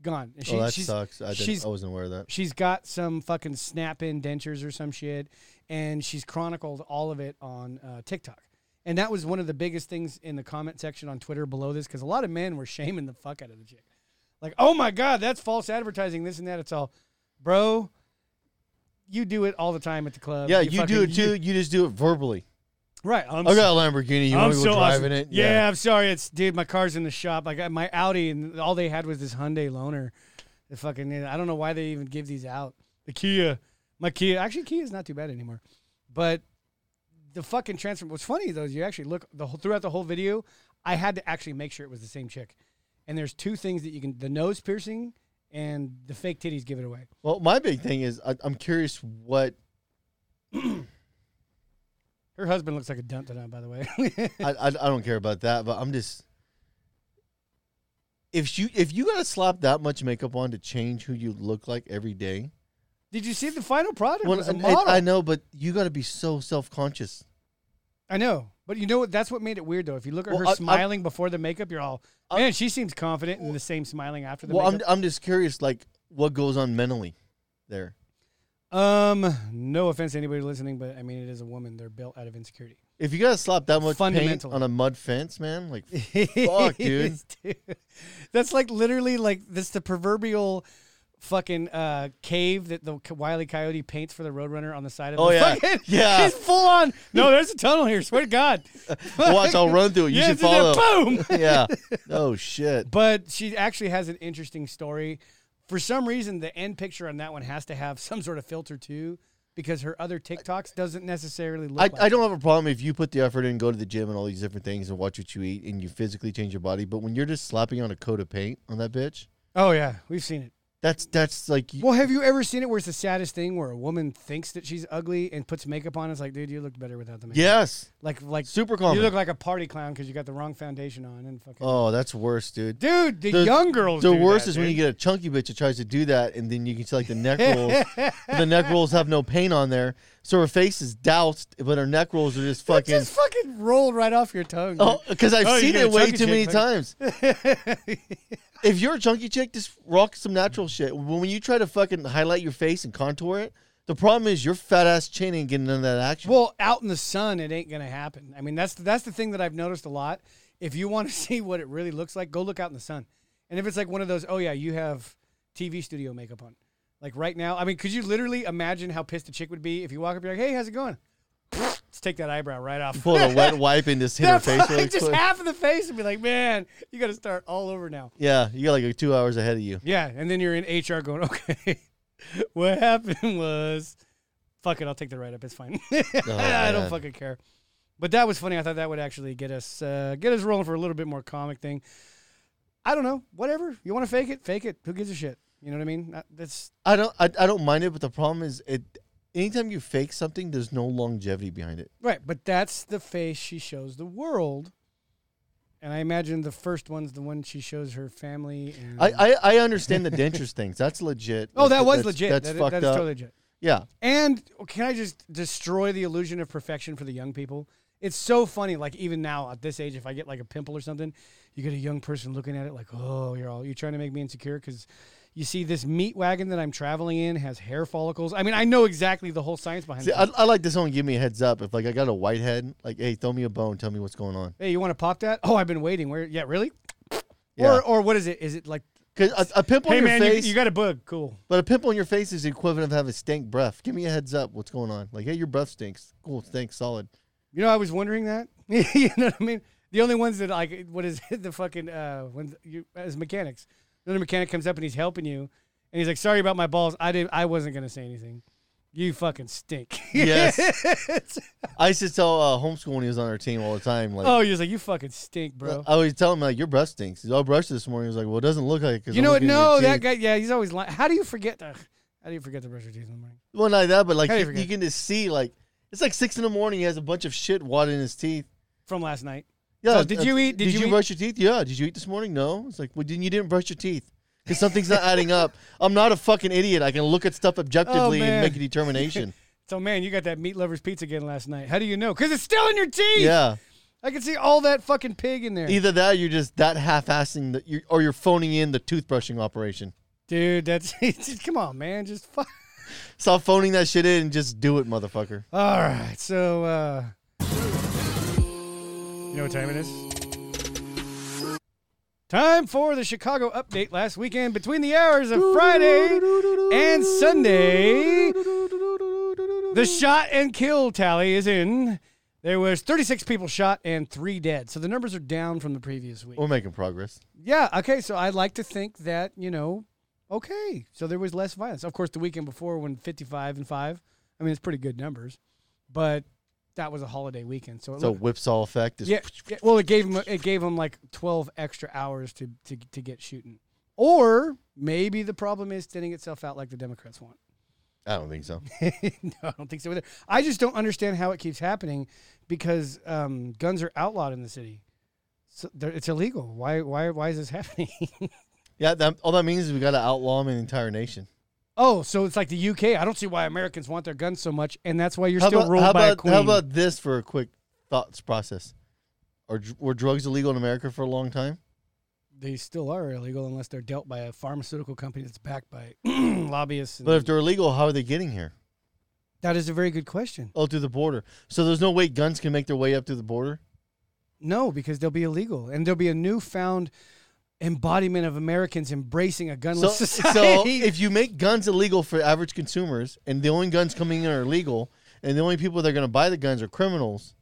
A: gone. And
B: oh, that
A: she's,
B: sucks. I,
A: she's
B: didn't, I wasn't aware of that.
A: she's got some fucking snap in dentures or some shit, and she's chronicled all of it on uh, TikTok. And that was one of the biggest things in the comment section on Twitter below this because a lot of men were shaming the fuck out of the chick. Like, oh my God, that's false advertising, this and that. It's all, bro, you do it all the time at the club.
B: Yeah, you do
A: fucking-
B: it too. You just do it verbally.
A: right. I'm
B: I got a Lamborghini. You
A: I'm
B: want me to
A: so
B: go driving
A: awesome.
B: it?
A: Yeah, I'm sorry. It's dude, my car's in the shop. I got my Audi, and all they had was this Hyundai loaner. The fucking I don't know why they even give these out. The Kia, my Kia. Actually, Kia's not too bad anymore. But the fucking transfer. What's funny though is you actually look the whole, throughout the whole video. I had to actually make sure it was the same chick. And there's two things that you can: the nose piercing and the fake titties give it away.
B: Well, my big thing is I, I'm curious what
A: Her husband looks like a dump tonight, by the way.
B: I, I I don't care about that, but I'm just if you if you gotta slap that much makeup on to change who you look like every day.
A: Did you see the final product?
B: Well,
A: was a
B: and- and
A: model.
B: I know, but you gotta be so self conscious.
A: I know, but you know what? That's what made it weird, though. If you look at
B: Well,
A: her
B: I- I'm-
A: smiling before the makeup, you're all
B: I'm-
A: man. She seems confident, and the same smiling after the
B: Well, I'm
A: makeup.
B: I'm just curious, like what goes on mentally there.
A: um, no offense to anybody listening, but I mean, it is a woman. They're built out of insecurity.
B: If you gotta slap that much paint
A: Fundamentally.
B: on a mud fence, man, like fuck, dude.
A: Dude, That's like literally like this the proverbial fucking uh, cave that the Wiley Coyote paints for the Roadrunner on the side of.
B: Oh,
A: the
B: yeah.
A: fucking-
B: Yeah.
A: He's full on. No, there's a tunnel here. Swear to God.
B: Watch, I'll run through it. You
A: Yeah,
B: should
A: it's in there.
B: follow.
A: Boom.
B: yeah. Oh shit.
A: but she actually has an interesting story. For some reason, the end picture on that one has to have some sort of filter too, because her other TikToks doesn't necessarily look.
B: I,
A: like
B: I don't have a problem if you put the effort in, go to the gym and all these different things and watch what you eat and you physically change your body. But when you're just slapping on a coat of paint on that bitch,
A: Oh yeah, we've seen it.
B: that's that's like you-
A: Well, have you ever seen it where it's the saddest thing where a woman thinks that she's ugly and puts makeup on? It's like, dude, you look better without the makeup.
B: yes,
A: Like, like
B: super
A: You
B: common.
A: look like a party clown because you got the wrong foundation on and fucking.
B: oh, that's worse, dude.
A: dude, Uh, the, young girls.
B: The
A: do
B: worst
A: that,
B: is when
A: dude.
B: you get a chunky bitch that tries to do that, and then you can see like the neck rolls. but the neck rolls have no paint on there, so her face is doused, but her neck rolls are just
A: That
B: fucking.
A: just fucking rolled right off your tongue.
B: Oh,
A: dude.
B: because I've
A: Oh, you
B: seen
A: get a
B: it way
A: chunky
B: too
A: chick,
B: many
A: huh?
B: times. if you're a chunky chick, just rock some natural shit. When when you try to fucking highlight your face and contour it, the problem is your fat ass chin ain't getting none of that action.
A: Well, out in the sun, it ain't gonna happen. I mean, that's that's the thing that I've noticed a lot. If you want to see what it really looks like, go look out in the sun. And if it's like one of those, oh yeah, you have TV studio makeup on, like right now. I mean, could you literally imagine how pissed a chick would be if you walk up, you're like, hey, how's it going? Let's take that eyebrow right off.
B: Pull a wet wipe and just hit her
A: That's
B: face
A: like
B: really
A: just
B: quick.
A: half of the face and be like, man, you got to start all over now.
B: yeah, you got like two hours ahead of you.
A: Yeah, and then you're in HR going, okay, what happened was, fuck it, I'll take the write up. It's fine. I don't
B: Oh, man.
A: fucking care. But that was funny. I thought that would actually get us uh, get us rolling for a little bit more comic thing. I don't know. Whatever you want to fake it, fake it. Who gives a shit? You know what I mean? Uh, That's
B: I don't, I, I don't mind it, but the problem is it. Anytime you fake something, there's no longevity behind it.
A: right. But that's the face she shows the world. And I imagine the first one's the one she shows her family. And
B: I, I, I understand the dentures things. That's legit.
A: oh, that was
B: That's-
A: legit.
B: That's
A: That-
B: fucked
A: that is
B: up.
A: totally legit.
B: yeah.
A: And can I just destroy the illusion of perfection for the young people? It's so funny. Like even now at this age, if I get like a pimple or something, you get a young person looking at it like, "Oh, you're all you're trying to make me insecure because you see this meat wagon that I'm traveling in has hair follicles. I mean, I know exactly the whole science behind
B: See,
A: it.
B: I, I like this one. Give me a heads up. If like I got a white head, like hey, throw me a bone. Tell me what's going on.
A: hey, you want to pop that? Oh, I've been waiting. Where? Yeah, really?
B: Yeah.
A: Or or what is it? Is it like,
B: Because a, a pimple
A: hey
B: on your
A: man, you,
B: face,
A: you got a bug? Cool.
B: but a pimple on your face is the equivalent of having stank breath. Give me a heads up. What's going on? Like hey, your breath stinks. Cool, stinks solid.
A: You know, I was wondering that. you know what I mean? The only ones that like, what is it, the fucking uh, when you as mechanics, another mechanic comes up and he's helping you, and he's like, "Sorry about my balls. I did. I wasn't gonna say anything. You fucking stink."
B: Yes.
A: It's-
B: I used to tell uh, homeschool when he was on our team all the time. Like
A: oh, he was like, "You fucking stink, bro."
B: I always tell him like your breath stinks. He's all brushed this morning. He was like, well, it doesn't look like. It 'cause
A: you
B: I'm
A: know what?
B: looking at your
A: No, that
B: teeth."
A: guy. Yeah, he's always lying. How do you forget? Ugh, how do you forget to brush your teeth in the morning?
B: Well, not that, but like
A: How do you
B: you,
A: forget?
B: you can just see like it's like six in the morning. He has a bunch of shit water in his teeth.
A: From last night.
B: Yeah.
A: So did you eat- did
B: Did
A: you
B: you,
A: eat-
B: brush your teeth? Yeah. Did you eat this morning? No. It's like, well, then you didn't brush your teeth because something's not adding up. I'm not a fucking idiot. I can look at stuff objectively
A: Oh, man.
B: and make a determination.
A: So man, you got that meat lovers pizza again last night. How do you know? Because it's still in your teeth.
B: yeah.
A: I can see all that fucking pig in there.
B: Either that, or you're just that half-assing, the, you or you're phoning in the toothbrushing operation.
A: Dude, that's come on, man. Just fuck.
B: Stop phoning that shit in and just do it, motherfucker.
A: All right, so uh, you know what time it is? Time for the Chicago update last weekend between the hours of Friday and Sunday. The shot and kill tally is in. There was 36 people shot and 3 dead. So the numbers are down from the previous week.
B: We're making progress.
A: Yeah, okay, so I'd like to think that, you know, okay. So there was less violence. Of course, the weekend before when 55 and 5, I mean, it's pretty good numbers. But that was a holiday weekend. So it
B: So
A: looked-
B: whipsaw effect is
A: yeah, yeah, well, it gave him it gave him like twelve extra hours to to to get shooting, or maybe the problem is thinning itself out like the Democrats want.
B: I don't think so.
A: no, I don't think so either. I just don't understand how it keeps happening because um, guns are outlawed in the city. So they're- it's illegal. Why why why is this happening?
B: Yeah, that, all that means is we got to outlaw them in the entire nation.
A: oh, so it's like the UK. I don't see why Americans want their guns so much, and that's why you're still
B: about,
A: ruled
B: how
A: by
B: about,
A: a queen.
B: How about this for a quick thoughts process? Are, dr- were drugs illegal in America for a long time?
A: they still are illegal unless they're dealt by a pharmaceutical company that's backed by lobbyists. And
B: But if they're illegal, how are they getting here?
A: that is a very good question.
B: Oh, through the border. So there's no way guns can make their way up to the border?
A: No, because they'll be illegal, and there'll be a newfound embodiment of Americans embracing a
B: So,
A: gunless
B: so
A: society.
B: if you make guns illegal for average consumers and the only guns coming in are illegal and the only people that are going to buy the guns are criminals,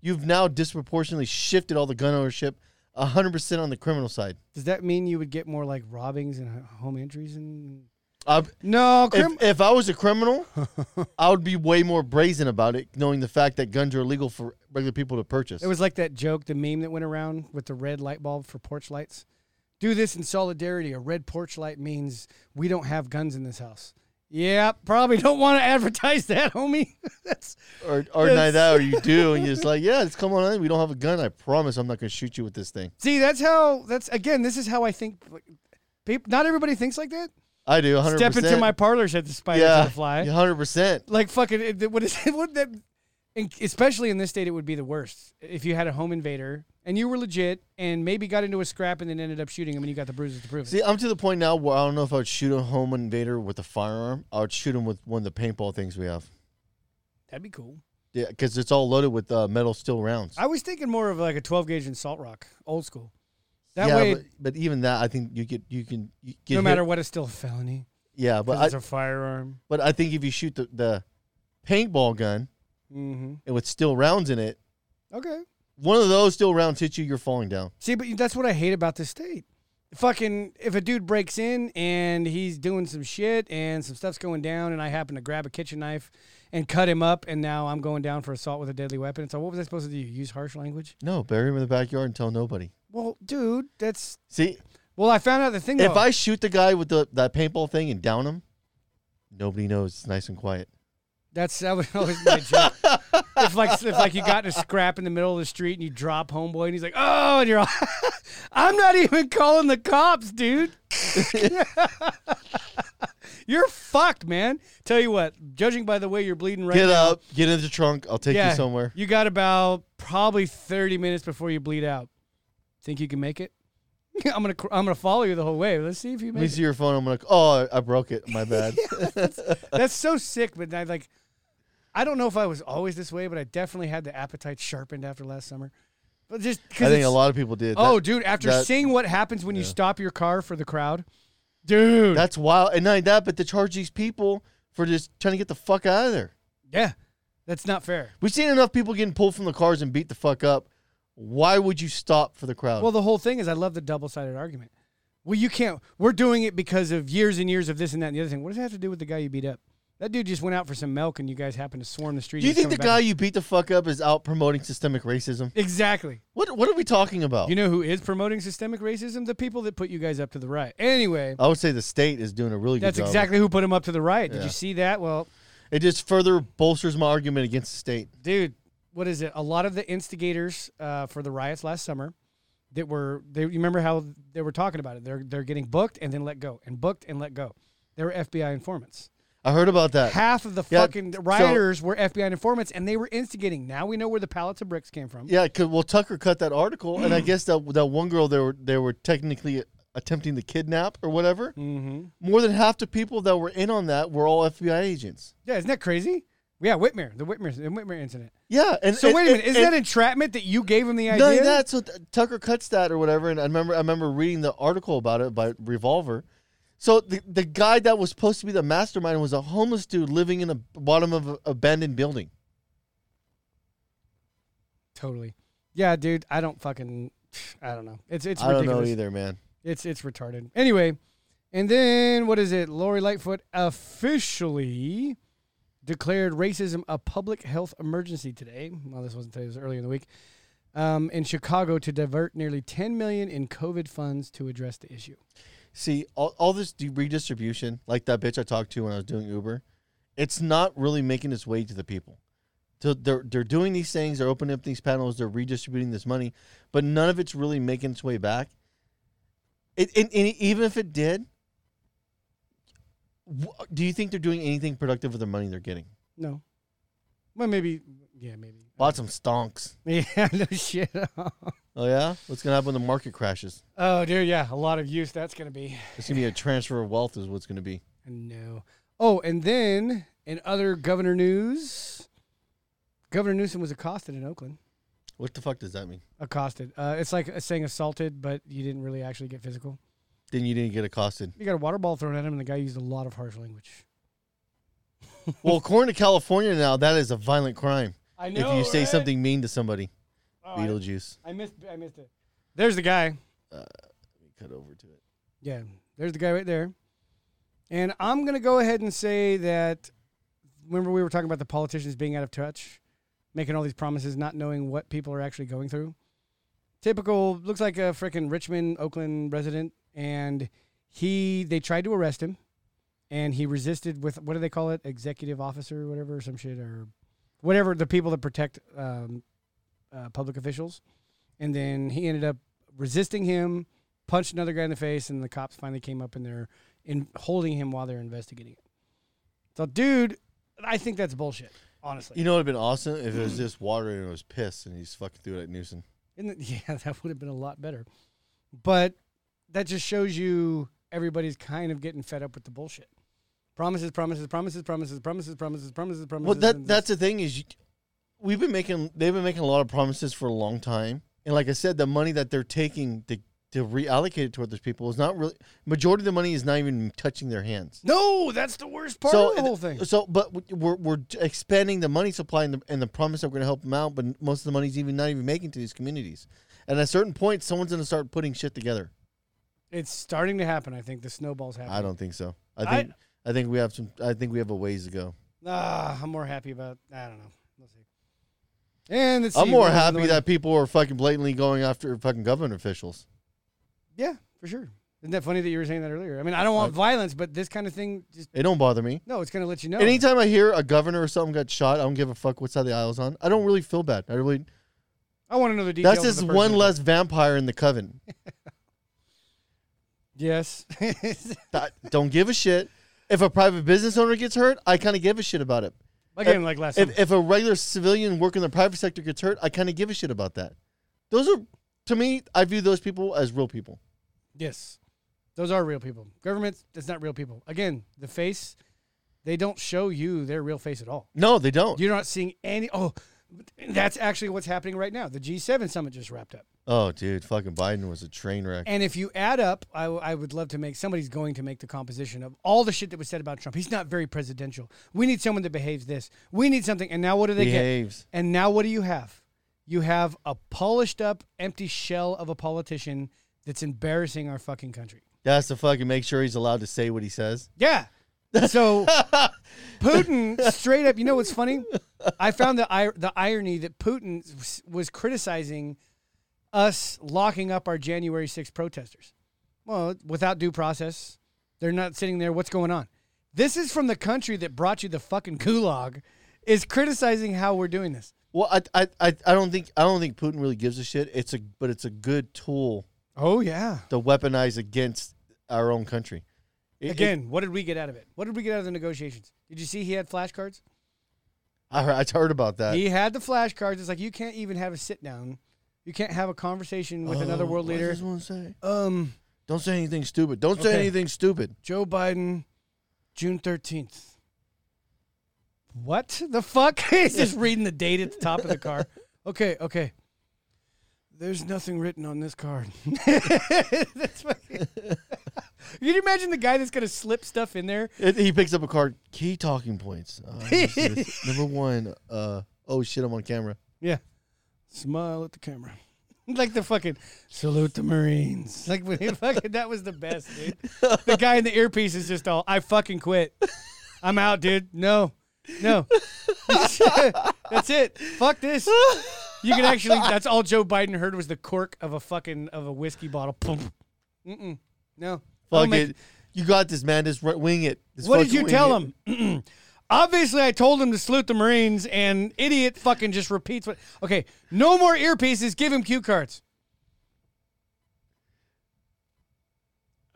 B: you've now disproportionately shifted all the gun ownership 100% on the criminal side.
A: Does that mean you would get more like robbings and h- home injuries and?
B: I,
A: No,
B: Uh, if, if I was a criminal, I would be way more brazen about it, knowing the fact that guns are illegal for regular people to purchase.
A: it was like that joke, the meme that went around with the red light bulb for porch lights. Do this in solidarity. A red porch light means we don't have guns in this house. Yeah, probably don't want to advertise that, homie. That's
B: or or not that, or you do, and you're just like, yeah, it's come on in. We don't have a gun. I promise, I'm not going to shoot you with this thing.
A: see, that's how. That's again, this is how I think. People, not everybody thinks like that.
B: I do. 100.
A: Step into my parlor, said the spider
B: yeah,
A: to the fly.
B: 100. percent
A: like fucking it- it- what is it what that in- especially in this state it would be the worst if you had a home invader and you were legit and maybe got into a scrap and then ended up shooting him and you got the bruises to prove it
B: See, I'm to the point now where I don't know if I would shoot a home invader with a firearm. I would shoot him with one of the paintball things we have.
A: that'd be cool
B: Yeah, because it's all loaded with uh, metal steel rounds.
A: i was thinking more of like a 12 gauge and salt rock old school that
B: yeah,
A: way
B: but, but even that, I think you get you can you get
A: no
B: hit-
A: matter what it's still a felony
B: Yeah, but
A: because
B: I,
A: it's a firearm
B: but I think if you shoot the, the paintball gun
A: mm-hmm.
B: and with steel rounds in it,
A: okay
B: one of those steel rounds hits you, you're falling down.
A: See, but that's what I hate about this state. Fucking, if a dude breaks in and he's doing some shit and some stuff's going down, and I happen to grab a kitchen knife and cut him up, and now I'm going down for assault with a deadly weapon. It's like, what was I supposed to do? Use harsh language?
B: No, bury him in the backyard and tell nobody.
A: Well, dude, that's.
B: See,
A: Well, I found out the thing.
B: if
A: though-
B: I shoot the guy with the that paintball thing and down him, nobody knows. It's nice and quiet.
A: That's that was always my joke. if like if like you got in a scrap in the middle of the street and you drop homeboy and he's like, oh, and you're all, I'm not even calling the cops, dude. you're fucked, man. Tell you what, judging by the way you're bleeding right
B: Get
A: now,
B: up, get in the trunk. I'll take
A: yeah,
B: you somewhere.
A: You got about probably 30 minutes before you bleed out. Think you can make it? I'm gonna cr- I'm gonna follow you the whole way. Let's see if you
B: Let
A: make
B: me
A: it.
B: see your phone. I'm like, oh, I, I broke it. My bad.
A: That's so sick, but I like I don't know if I was always this way, but I definitely had the appetite sharpened after last summer. But just
B: I
A: because
B: think a lot of people did.
A: Oh,
B: That-
A: dude! After
B: that-
A: seeing what happens when you stop your car for the crowd, dude.
B: that's wild. And not only that, but to charge these people for just trying to get the fuck out of there.
A: yeah, that's not fair.
B: We've seen enough people getting pulled from the cars and beat the fuck up. Why would you stop for the crowd?
A: Well, the whole thing is I love the double-sided argument. Well, you can't. We're doing it because of years and years of this and that and the other thing. What does it have to do with the guy you beat up? That dude just went out for some milk, and you guys happened to swarm the street.
B: Do you
A: and he's
B: think the guy
A: coming
B: you beat the fuck up is out promoting systemic racism?
A: back. exactly?
B: What What are we talking about?
A: You know who is promoting systemic racism? The people that put you guys up to the right. Anyway,
B: I would say the state is doing a really
A: That's
B: good job.
A: exactly who put him up to the right. Did
B: Yeah.
A: you see that? Well,
B: It just further bolsters my argument against the state.
A: dude, what is it? A lot of the instigators uh, for the riots last summer that were they you remember how they were talking about it. They're they're getting booked and then let go and booked and let go. They were FBI informants.
B: I heard about that.
A: Half of the
B: Yeah,
A: fucking
B: so-
A: rioters were FBI informants, and they were instigating. Now we know where the pallets of bricks came from.
B: Yeah, 'cause- well, Tucker cut that article, and I guess that that one girl they were they were technically attempting to kidnap or whatever. Mm-hmm. More than half the people that were in on that were all FBI agents.
A: Yeah, isn't that crazy? Yeah, Whitmer, the Whitmer, the Whitmer incident.
B: Yeah, and
A: So
B: and-
A: wait a
B: and-
A: minute, isn't
B: and-
A: that entrapment that you gave him the
B: No,
A: idea?
B: that's what Tucker cuts that or whatever. And I remember, I remember reading the article about it by Revolver. So the the guy that was supposed to be the mastermind was a homeless dude living in the bottom of an abandoned building.
A: Totally. Yeah, dude, I don't fucking, I don't know. It's it's
B: I don't
A: ridiculous.
B: know either, man.
A: It's it's retarded. Anyway, and then what is it? Lori Lightfoot officially declared racism a public health emergency today. Well, this wasn't today; it was earlier in the week. Um, in Chicago to divert nearly 10 million in COVID funds to address the issue.
B: See, all, all this de- redistribution, like that bitch I talked to when I was doing Uber, it's not really making its way to the people. So they're they're doing these things, they're opening up these panels, they're redistributing this money, but none of it's really making its way back. It, and, and even if it did, w- do you think they're doing anything productive with the money they're getting?
A: No, well maybe, yeah, maybe.
B: Bought some stonks.
A: Yeah, no shit.
B: Oh yeah, what's gonna happen when the market crashes?
A: oh, dude, yeah, a lot of use that's gonna be.
B: It's gonna be a transfer of wealth, is what's gonna be.
A: No. Oh, and then in other governor news, Governor Newsom was accosted in Oakland.
B: What the fuck does that mean?
A: accosted. Uh, it's like saying assaulted, but you didn't really actually get physical.
B: Then you didn't get accosted.
A: You got a water ball thrown at him, and the guy used a lot of harsh language.
B: Well, according to California now, that is a violent crime.
A: I Oh,
B: if you eh? Oh, say something mean to somebody, Beetlejuice.
A: I missed. I missed it. There's the guy.
B: Cut over to it.
A: Yeah, there's the guy right there. And I'm gonna go ahead and say that. Remember, we were talking about the politicians being out of touch, making all these promises, not knowing what people are actually going through. Typical. Looks like a freaking Richmond, Oakland resident, and he. They tried to arrest him. and he resisted with what do they call it executive officer or whatever some shit or whatever the people that protect um, uh, public officials and then he ended up resisting him punched another guy in the face and the cops finally came up and they're in holding him while they're investigating it so dude i think that's bullshit honestly
B: You know what would have been awesome if it was just water and it was piss and he just fucking threw it at Newsom.
A: Isn't it- yeah that would have been a lot better but that just shows you everybody's kind of getting fed up with the bullshit promises promises promises promises promises promises promises promises
B: Well, that
A: and-
B: that's the thing is, you, we've been making they've been making a lot of promises for a long time, and like I said, the money that they're taking to to reallocate it toward those people is not really majority of the money is not even touching their hands.
A: No, that's the worst part of the whole thing.
B: So, but we're we're expanding the money supply and the, and the promise that we're going to help them out, but most of the money's even not even making to these communities. And at a certain point, someone's going to start putting shit together.
A: It's starting to happen. I think the snowball's happening.
B: I don't think so. I
A: I-
B: think I, think we have some. I think we have a ways to go.
A: Ah, I'm more happy about. I don't know. We'll see. And let's
B: I'm
A: see,
B: more
A: what was
B: happy
A: another-
B: that people are fucking blatantly going after fucking government officials.
A: Yeah, for sure. Isn't that funny that you were saying that earlier? I mean, I don't want violence, but this kind of thing just
B: It don't bother me.
A: no. It's gonna let you know.
B: Anytime I hear a governor or something got shot, I don't give a fuck what side of the aisle's on. I don't really feel bad. I really.
A: I want to know the details.
B: That's
A: of
B: just
A: the
B: one
A: person.
B: less vampire in the coven.
A: Yes.
B: I don't give a shit. If a private business owner gets hurt, I kind of give a shit about it.
A: Again, like last. time.
B: If, if a regular civilian working in the private sector gets hurt, I kind of give a shit about that. Those are, to me, I view those people as real people.
A: Yes. Those are real people. Government, that's not real people. Again, the face, they don't show you their real face at all.
B: No, they don't.
A: You're not seeing any. Oh, that's actually what's happening right now. The G7 summit just wrapped up,
B: oh, dude, fucking Biden was a train wreck.
A: and if you add up, I, I would love to make somebody's going to make the composition of all the shit that was said about Trump. He's not very presidential. We need someone that behaves this. We need something. And now what do they get?
B: Behaves.
A: And now what do you have? You have a polished up, empty shell of a politician that's embarrassing our fucking country.
B: That's to fucking make sure he's allowed to say what he says.
A: Yeah. So Putin straight up, you know what's funny? I found the ir- the irony that Putin s- was criticizing us locking up our January 6th protesters. Well, without due process, they're not sitting there. What's going on? This is from the country that brought you the fucking gulag is criticizing how we're doing this.
B: Well, I, I, I, I don't think I don't think Putin really gives a shit. It's a, but it's a good tool
A: Oh yeah.
B: to weaponize against our own country. It- it-
A: Again, what did we get out of it? What did we get out of the negotiations? Did you see he had flashcards?
B: I heard, I heard about that.
A: He had the flashcards. It's like you can't even have a sit down. You can't have a conversation with another
B: Oh,
A: world
B: what does
A: leader.
B: this one say?
A: Um,
B: Don't say anything stupid. Don't say
A: Okay.
B: anything stupid.
A: Joe Biden, June thirteenth. What the fuck? He's just reading the date at the top of the car. Okay, okay. There's nothing written on this card. That's fucking- Can you imagine the guy that's gonna slip stuff in there?
B: It, he picks up a card. Key talking points. Uh, number one. Uh, oh shit! I'm on camera.
A: Yeah. Smile at the camera. like the fucking salute the Marines. Like when he fucking that was the best, dude. The guy in the earpiece is just all I fucking quit. I'm out, dude. No. No. that's it. Fuck this. You can actually that's all Joe Biden heard was the cork of a fucking of a whiskey bottle. Boom. Mm-mm. No. I'll
B: Fuck
A: make-
B: it. You got this, man. Just right, wing it. Just
A: what did
B: fucking
A: you
B: wing
A: tell
B: it.
A: him? Obviously, I told him to salute the Marines, and idiot fucking just repeats what. Okay, no more earpieces. Give him cue cards.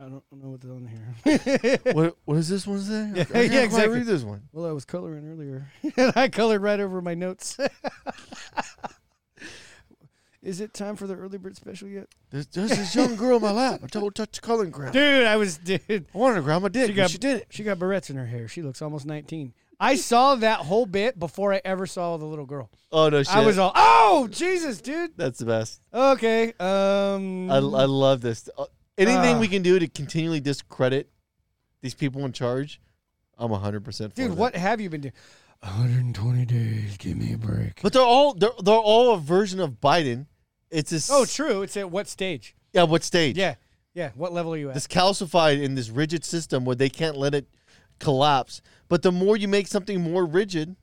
A: I don't know what's on here.
B: What, what does this one say? Yeah,
A: yeah, exactly.
B: read this one.
A: well, I was coloring earlier, and I colored right over my notes. Is it time for the early bird special yet?
B: There's, there's this young girl in my lap. I told her to touch the coloring ground.
A: Dude, I was dude.
B: I wanted to grab my dick,
A: She
B: she
A: got
B: she did it.
A: She got barrettes in her hair. She looks almost 19. I saw that whole bit before I ever saw the little girl.
B: Oh no, shit.
A: I was all, oh Jesus, dude.
B: That's the best.
A: Okay. Um.
B: I, I love this. Uh, anything
A: Ah.
B: we can do to continually discredit these people in charge, I'm 100 percent for.
A: dude,
B: that.
A: what have you been doing? 120 days. Give me a break.
B: But they're all they're, they're all a version of Biden. It's this.
A: Oh, true. It's at what stage?
B: yeah. What stage?
A: Yeah. Yeah. What level are you at?
B: This calcified in this rigid system where they can't let it collapse. But the more you make something more rigid,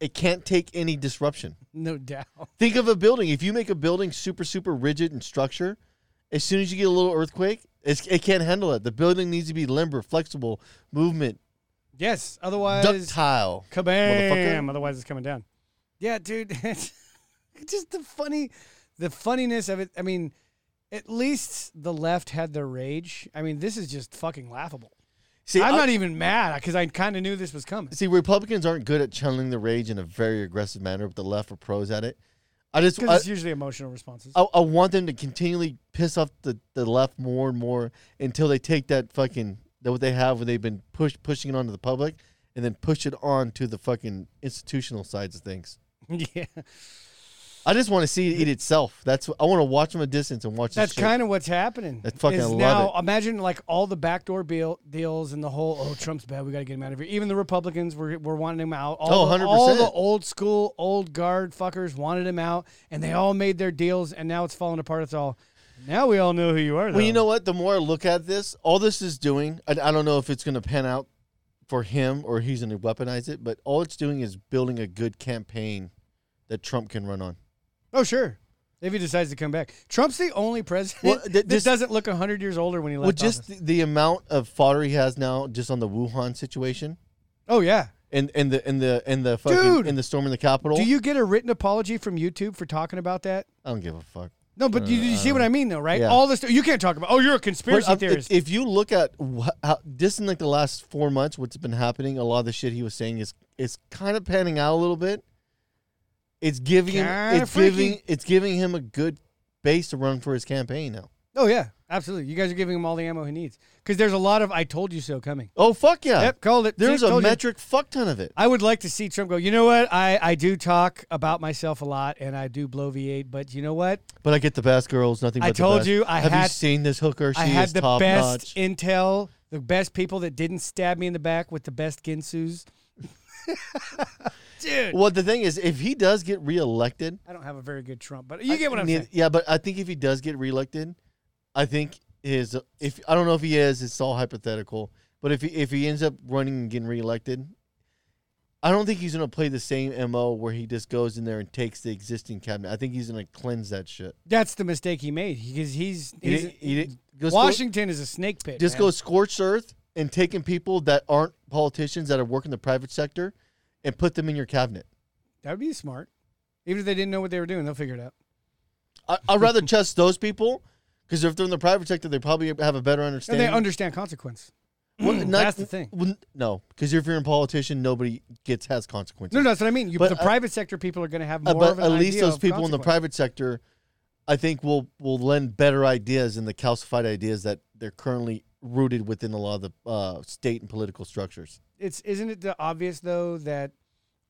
B: it can't take any disruption.
A: no doubt.
B: Think of a building. If you make a building super, super rigid in structure, as soon as you get a little earthquake, it's, it can't handle it. The building needs to be limber, flexible, movement,
A: Yes. Otherwise,
B: ductile.
A: kabam.
B: motherfucker.
A: Otherwise, it's coming down. Yeah, dude. It's just the funny, the funniness of it. I mean, at least the left had their rage. I mean, this is just fucking laughable.
B: See,
A: I'm
B: I-
A: not e- even mad because I kind of knew this was coming.
B: see, Republicans aren't good at channeling the rage in a very aggressive manner, but the left are pros at it. I just
A: Because
B: I,
A: it's usually emotional responses.
B: I, I want them to continually piss off the, the left more and more until they take that fucking that what they have where they've been push pushing it onto the public and then push it on to the fucking institutional sides of things.
A: yeah.
B: I just want to see it eat itself. That's I want to watch from a distance and watch.
A: That's
B: this shit.
A: kind of what's happening.
B: That's fucking-
A: is
B: I love
A: now.
B: it.
A: Imagine like all the backdoor deal, deals and the whole oh Trump's bad, we got to get him out of here. Even the Republicans were, were wanting him out. All,
B: Oh,
A: the, all
B: 100%.
A: the old school, old guard fuckers wanted him out, and they all made their deals, and now it's falling apart. It's all now we all know who you are. Though.
B: Well, you know what? The more I look at this, all this is doing, and I don't know if it's going to pan out for him or he's going to weaponize it, but all it's doing is building a good campaign that Trump can run on.
A: Oh sure. If he decides to come back, Trump's the only president
B: Well, th-
A: that
B: this-
A: doesn't look hundred years older when he left.
B: Well, just
A: office.
B: the, the amount of fodder he has now, just on the Wuhan situation
A: oh yeah.
B: and and the and the and the fucking
A: Dude!
B: and the storm in the Capitol.
A: Do you get a written apology from YouTube for talking about that?
B: I don't give a fuck.
A: No, but you, you see what I mean, though, right?
B: Uh, yeah.
A: All this you can't talk about. Oh, you're a conspiracy
B: But, um,
A: theorist.
B: If, if you look at wh- how, just in like the last four months, what's been happening, a lot of the shit he was saying is is kind of panning out a little bit. It's giving him,
A: Kinda
B: it's
A: freaky.
B: giving it's giving him a good base to run for his campaign now.
A: Oh yeah, absolutely. You guys are giving him all the ammo he needs because there's a lot of "I told you so" coming.
B: Oh fuck yeah!
A: Yep, called it.
B: There's
A: See,
B: a
A: told you.
B: metric fuck ton of it.
A: I would like to see Trump go. You know what? I I do talk about myself a lot and I do blow V8, but you know what?
B: But I get the best girls. Nothing.
A: I
B: but the
A: told
B: best.
A: you, I
B: have you
A: had-
B: seen this hooker. She
A: I had
B: is
A: the
B: top
A: best
B: notch.
A: intel, the best people that didn't stab me in the back with the best ginsus. Dude,
B: Well, the thing is, if he does get reelected,
A: I don't have a very good Trump, but you get what I'm
B: Neith-
A: saying.
B: Yeah, but I think if he does get reelected, I think his if I don't know if he is, it's all hypothetical. But if he if he ends up running and getting reelected, I don't think he's gonna play the same mo where he just goes in there and takes the existing cabinet. I think he's gonna cleanse that shit.
A: That's the mistake he made because he's,
B: He-
A: he's,
B: he- he- just go-
A: Washington is a snake pit.
B: just
A: man.
B: go scorched earth and taking people that aren't politicians that are working the private sector and put them in your cabinet.
A: That would be smart. Even if they didn't know what they were doing, they'll figure it out.
B: I, I'd rather trust those people because if they're in the private sector, they probably have a better
A: And
B: understanding.
A: they understand consequence.
B: Well,
A: Mm, That's the thing.
B: well, no, because if you're a politician, nobody gets has consequences.
A: No, no, that's what I mean. You,
B: But,
A: the
B: uh,
A: private sector people are going to have more
B: Uh,
A: of
B: but
A: an
B: at least
A: idea
B: those
A: of
B: people in the
A: consequence.
B: private sector, I think, will will lend better ideas in the calcified ideas that they're currently rooted within a lot of the uh, state and political structures.
A: It's isn't it the obvious though that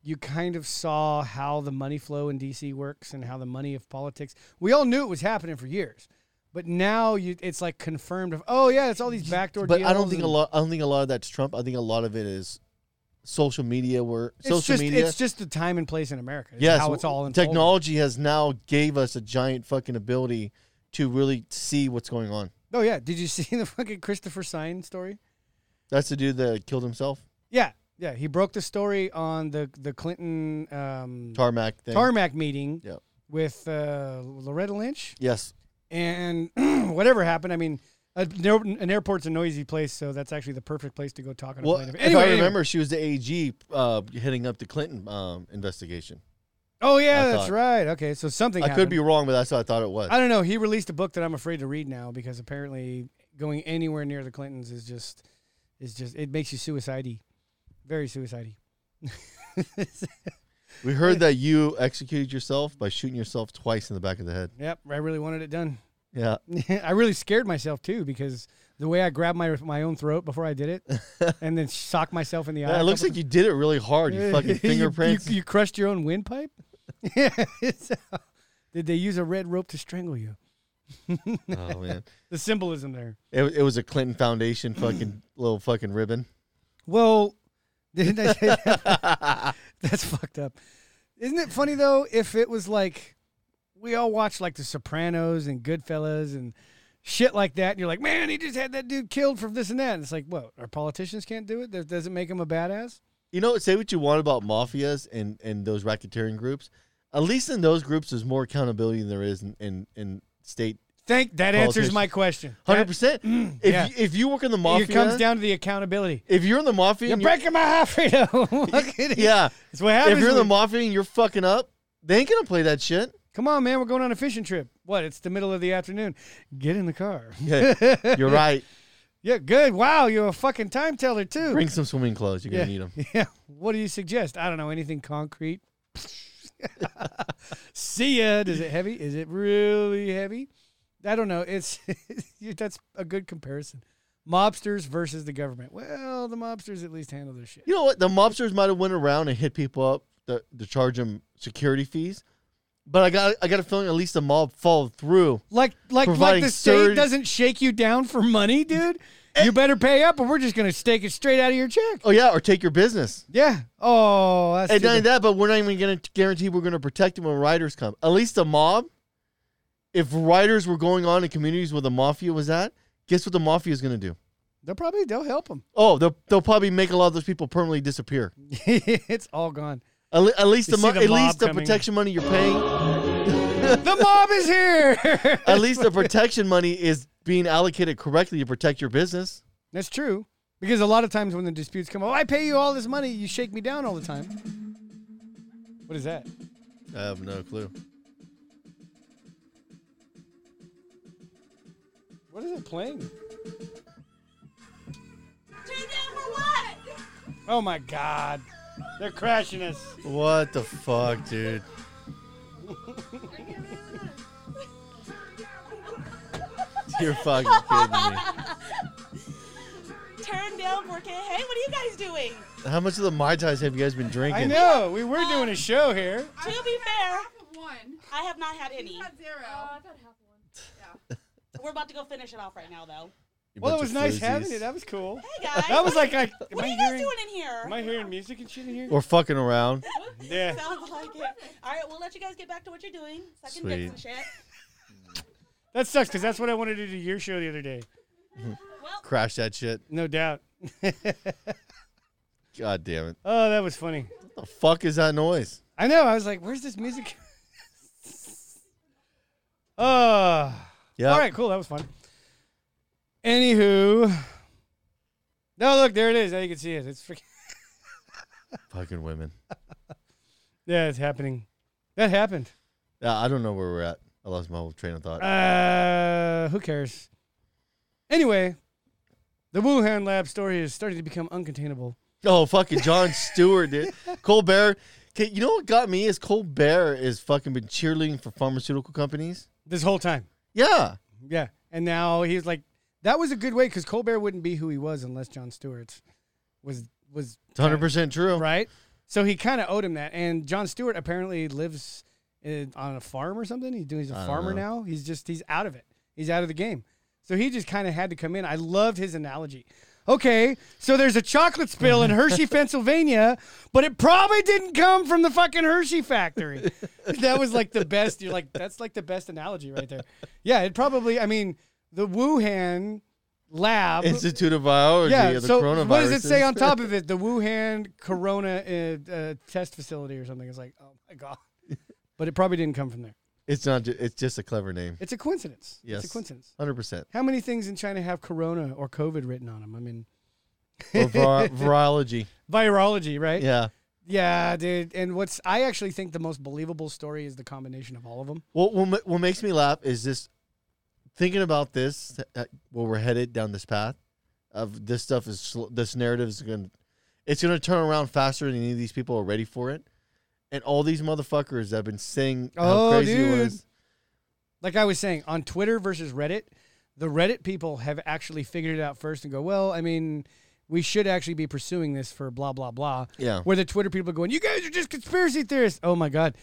A: you kind of saw how the money flow in DC works and how the money of politics. We all knew it was happening for years, but now you it's like confirmed of oh yeah, it's all these backdoor.
B: But
A: deals
B: I don't think a
A: and-
B: lot. I don't think a lot of that's Trump. I think a lot of it is social media. Where
A: It's
B: social
A: just,
B: media.
A: It's just the time and place in America. It's
B: yes,
A: how it's all in
B: technology has now gave us a giant fucking ability to really see what's going on.
A: Oh yeah, did you see the fucking Christopher Sign story?
B: That's the dude that killed himself.
A: Yeah, yeah, he broke the story on the the Clinton um,
B: Tarmac thing.
A: tarmac meeting
B: Yep.
A: with uh, Loretta Lynch
B: Yes.
A: and whatever happened. I mean, a, no- an airport's a noisy place, so that's actually the perfect place to go talk on a
B: Well,
A: plane.
B: if I remember, she was the AG uh, heading up the Clinton um, investigation.
A: oh yeah,
B: I
A: that's
B: thought-
A: right. Okay, so something.
B: I could
A: happened.
B: be wrong, but that's what I thought it was.
A: I don't know. He released a book that I'm afraid to read now because apparently going anywhere near the Clintons is just is just it makes you suicidal, very suicidal.
B: we heard that you executed yourself by shooting yourself twice in the back of the head.
A: Yep, I really wanted it done.
B: Yeah.
A: I really scared myself too because the way I grabbed my my own throat before I did it, and then socked myself in the eye.
B: Yeah,
A: a
B: it looks
A: couple
B: like you did it really hard. You fucking fingerprints.
A: You, you crushed your own windpipe. Yeah. So,
B: uh,
A: did they use a red rope to strangle you?
B: oh man,
A: The symbolism there.
B: it, wa- it was a Clinton Foundation fucking little fucking ribbon.
A: Well, didn't I say that? that's fucked up. Isn't it funny though? If it was like we all watch like The Sopranos and Goodfellas and shit like that, and you're like, man, he just had that dude killed for this and that. And it's like, what? Our politicians can't do it. That doesn't make him a badass.
B: You know, say what you want about mafias and and those racketeering groups. At least in those groups, there's more accountability than there is in in, in state.
A: Thank that answers
B: Politicians.
A: my question.
B: Hundred percent. If
A: yeah.
B: you, if you work in the
A: That-
B: mafia,
A: It comes down to the accountability.
B: if you're in the mafia,
A: You're
B: and you're-
A: breaking my heart, Fredo. Look at it.
B: yeah.
A: It's what happens.
B: if you're in the
A: when-
B: mafia and you're fucking up, they ain't gonna play that shit.
A: Come on, man. We're going on a fishing trip. What? It's the middle of the afternoon. Get in the car.
B: Yeah, you're right.
A: Yeah, good. Wow, you're a fucking time teller, too.
B: Bring some swimming clothes. You're
A: yeah.
B: gonna need them.
A: Yeah. What do you suggest? I don't know. Anything concrete? See ya. Is it heavy? Is it really heavy? I don't know. It's that's a good comparison. Mobsters versus the government. Well, the mobsters at least handle their shit.
B: You know what? The mobsters might have went around and hit people up to, to charge them security fees, but I got I got a feeling at least the mob followed through.
A: Like like like
B: Providing
A: the state
B: surge-
A: doesn't shake you down for money, dude.
B: Eh.
A: You better pay up, or we're just gonna stake it straight out of your check.
B: Oh yeah, or take your business.
A: Yeah. Oh, that's
B: And not
A: too
B: only
A: bad.
B: that, but we're not even gonna guarantee we're gonna protect them when rioters come. At least the mob. If rioters were going on in communities where the mafia was at, guess what the mafia is gonna do?
A: they'll probably they'll help them.
B: Oh, they'll, they'll probably make a lot of those people permanently disappear.
A: it's all gone.
B: At, le- at least
A: You
B: the, mo-
A: see the
B: at
A: mob
B: least the
A: coming.
B: protection money you're paying.
A: The mob is here.
B: At least the protection money is being allocated correctly to protect your business.
A: That's true. Because a lot of times when the disputes come, oh, I pay you all this money, you shake me down all the time. What is that?
B: I have no clue.
A: What is it playing? Oh my God. They're crashing us.
B: What the fuck, dude? You're fucking kidding me.
F: Turn down for K. Hey, what are you guys doing?
B: How much of the Mai Tais have you guys been drinking?
A: I know. We were doing a show here.
F: to be fair,
G: One.
F: I have not had any.
G: zero.
F: We're about to go finish it off right now, though.
B: You
A: Well, it
B: bunch
A: was
B: of
A: nice
B: floozies.
A: having you. That was cool.
F: Hey guys,
A: That was like, I, am,
F: What are
A: I
F: you guys
A: hearing,
F: doing in here?
A: am I hearing music and shit in here?
B: Or fucking around.
A: Yeah.
F: Sounds like it. All right, we'll let you guys get back to what you're doing. Second dicks and shit.
A: That sucks because that's what I wanted to do to your show the other day.
B: Crash that shit.
A: No doubt.
B: God damn it.
A: Oh, that was funny.
B: What the fuck is that noise?
A: I know. I was like, where's this music? uh,
B: Yeah.
A: All right, cool. That was fun. Anywho. No, look, there it is. Now you can see it. It's freaking.
B: Fucking women.
A: Yeah, it's happening. That happened.
B: Yeah, I don't know where we're at. I lost my whole train of thought.
A: Uh, who cares? Anyway, The Wuhan lab story is starting to become uncontainable.
B: Oh, fucking John Stewart, dude. Colbert. Okay, you know what got me is Colbert is fucking been cheerleading for pharmaceutical companies.
A: This whole time.
B: Yeah.
A: Yeah. And now he's like, that was a good way because Colbert wouldn't be who he was unless John Stewart's was was
B: It's 100% true.
A: right. So he kind of owed him that. And John Stewart apparently lives in, on a farm or something. He's doing he's a farmer now. He's just he's out of it. He's out of the game. So he just kind of had to come in. I loved his analogy. Okay, so there's a chocolate spill in Hershey, Pennsylvania, but it probably didn't come from the fucking Hershey factory. that was like the best. You're like, that's like the best analogy right there. Yeah, it probably. I mean, the Wuhan lab
B: Institute of Biology
A: yeah.
B: of the
A: So
B: coronavirus.
A: what does it say on top of it? The Wuhan Corona uh, uh, test facility or something. It's like, oh my god. But it probably didn't come from there.
B: It's not. ju- It's just a clever name.
A: It's a coincidence.
B: Yes.
A: It's a coincidence.
B: 100%.
A: How many things in China have Corona or COVID written on them? I mean,
B: Or vir- virology.
A: virology, right?
B: Yeah.
A: Yeah, dude. And what's I actually think the most believable story is the combination of all of them.
B: What, what ma- what makes me laugh is this thinking about this uh, where we're headed down this path of this stuff is sl- this narrative is going to it's going to turn around faster than any of these people are ready for it. And all these motherfuckers that have been saying
A: Oh,
B: how crazy
A: dude.
B: it was.
A: like I was saying, on Twitter versus Reddit, the Reddit people have actually figured it out first and go, well, I mean, we should actually be pursuing this for blah, blah, blah.
B: Yeah.
A: Where the Twitter people are going, you guys are just conspiracy theorists. Oh my God.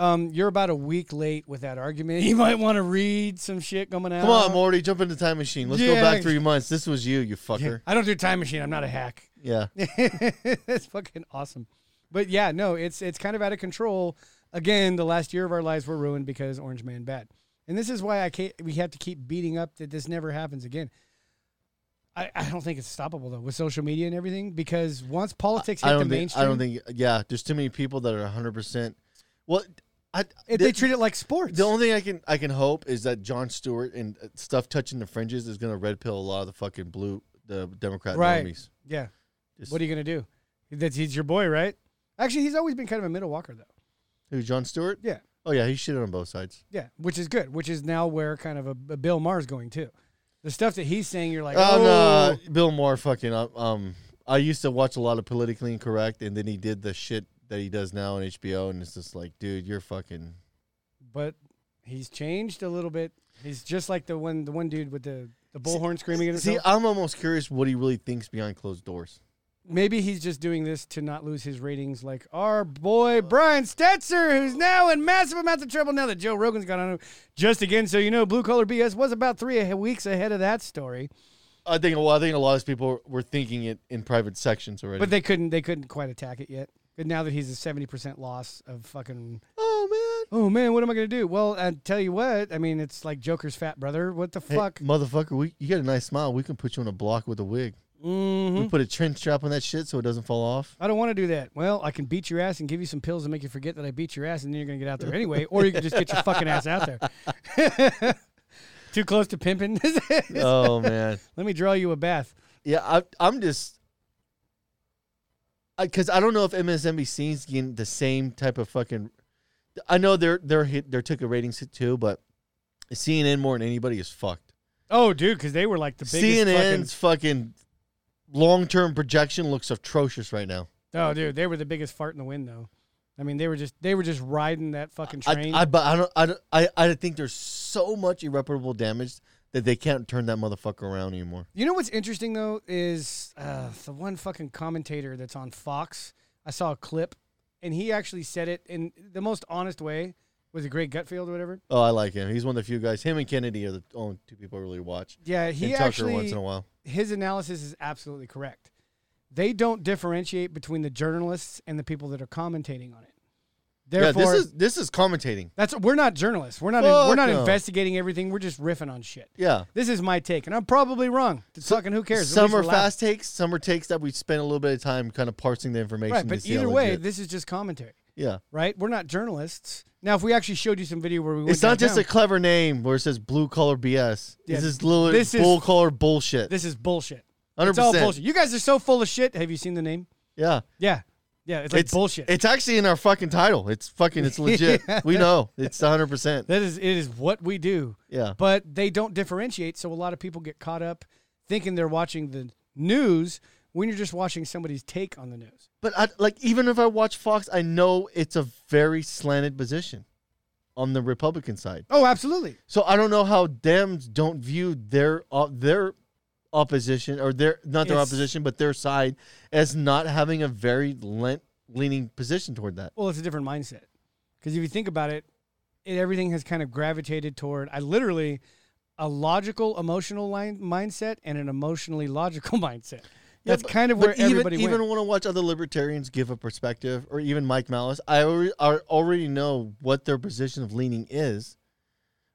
A: Um, you're about a week late with that argument. You might want to read some shit coming out.
B: Come on, Morty, jump in the time machine. Let's
A: Yeah.
B: go back three months. This was you, you fucker.
A: I don't do time machine. I'm not a hack.
B: Yeah.
A: That's fucking awesome. But yeah, no, it's it's kind of out of control. Again, the last year of our lives were ruined because Orange Man bad, and this is why I can't. We have to keep beating up that this never happens again. I, I don't think it's stoppable though with social media and everything because once politics hit
B: I
A: the
B: don't think.
A: mainstream,
B: I don't think. Yeah, there's too many people that are 100. percent Well, I
A: if
B: the,
A: they treat it like sports.
B: the only thing I can I can hope is that John Stewart and uh, stuff touching the fringes is gonna red pill a lot of the fucking blue the Democrat
A: right?
B: normies.
A: Yeah.
B: Just-
A: What are you gonna do? That's he's your boy, right? Actually, he's always been kind of a middle walker though.
B: Who John Stewart?
A: Yeah.
B: Oh yeah, he shit on both sides.
A: Yeah, which is good. Which is now where kind of a, a Bill Maher's going too. The stuff that he's saying, you're like, oh,
B: Oh no, Bill Moore fucking uh, um. I used to watch a lot of politically incorrect, and then he did the shit that he does now on HBO, and it's just like, dude, you're fucking.
A: but he's changed a little bit. He's just like the one the one dude with the the bullhorn screaming at
B: See, uh,
A: himself.
B: I'm almost curious what he really thinks behind closed doors.
A: Maybe he's just doing this to not lose his ratings, like our boy Brian Stetzer, who's now in massive amounts of trouble now that Joe Rogan's gone on. him. Just again, so you know, Blue Collar BS was about three a- weeks ahead of that story,
B: I think well, I think a lot of people were thinking it in private sections already.
A: but they couldn't they couldn't quite attack it yet. But now that he's a seventy percent loss of fucking
B: oh
A: oh man, what am I gonna do? Well, I tell you what, I mean, it's like Joker's fat brother. What the
B: man,
A: fuck?
B: Hey, motherfucker, we you got a nice smile. We can put you on a block with a wig.
A: Mm-hmm.
B: We put a chin strap on that shit so it doesn't fall off.
A: I don't want to do that. Well, I can beat your ass and give you some pills and make you forget that I beat your ass, and then you're gonna get out there anyway, or you can just get your fucking ass out there. Too close to pimping.
B: oh man,
A: Let me draw you a bath.
B: yeah. I, I'm just because I, don't know if MSNBC's getting the same type of fucking. I know they're they're hit, they're took a ratings hit too, but CNN more than anybody is fucked.
A: Oh, dude, because they were like the biggest.
B: CNN's fucking long term projection looks atrocious right now.
A: Fucking, oh, dude, they were the biggest fart in the wind, though. I mean, they were just they were just riding that fucking
B: I,
A: train.
B: I, but I don't, I don't, I, I think there's so much irreparable damage that they can't turn that motherfucker around anymore.
A: You know what's interesting though is uh, the one fucking commentator that's on Fox. I saw a clip, and he actually said it in the most honest way. Was it Greg Gutfield or whatever?
B: Oh, I like him. He's one of the few guys. Him and Kennedy are the only two people I really watch.
A: Yeah, he
B: and Tucker
A: actually
B: once in a while.
A: his analysis is absolutely correct. They don't differentiate between the journalists and the people that are commentating on it.
B: Yeah,
A: Therefore,
B: this is this is commentating.
A: that's we're not journalists. We're not
B: Fuck
A: we're not
B: no.
A: investigating everything. We're just riffing on shit.
B: Yeah.
A: This is my take, and I'm probably wrong. It's fucking who cares? At
B: Some
A: least
B: are
A: we're laughing.
B: fast takes. Some are takes that we spend a little bit of time kind of parsing the information.
A: right?
B: to
A: But
B: see how
A: either way,
B: legit-
A: this is just commentary,
B: yeah,
A: right? We're not journalists. Now, if we actually showed you some video where we went
B: it's not just a
A: downtown,
B: clever name where it says blue collar BS.
A: Yeah,
B: this is little
A: this is-
B: bull collar bullshit.
A: this is bullshit. It's all
B: 100%.
A: bullshit. You guys are so full of shit. Have you seen the name?
B: yeah,
A: Yeah, yeah. It's like bullshit.
B: It's actually in our fucking title. It's fucking. It's legit. We know. It's 100. percent
A: that is it is what we do.
B: Yeah.
A: but they don't differentiate so a lot of people get caught up thinking they're watching the news when you're just watching somebody's take on the news.
B: But I, like, even if I watch Fox, I know it's a very slanted position on the Republican side.
A: Oh, absolutely.
B: So I don't know how Dems don't view their uh, their opposition or their not their
A: It's-
B: opposition, but their side as not having a very lent, leaning position toward that.
A: Well, it's a different mindset because if you think about it, it, everything has kind of gravitated toward. I literally a logical emotional line, mindset and an emotionally logical mindset.
B: Yeah,
A: That's
B: but-
A: kind of
B: but
A: where
B: even,
A: everybody went.
B: even want to watch other libertarians give a perspective, or even Mike Malice. I already, I already know what their position of leaning is,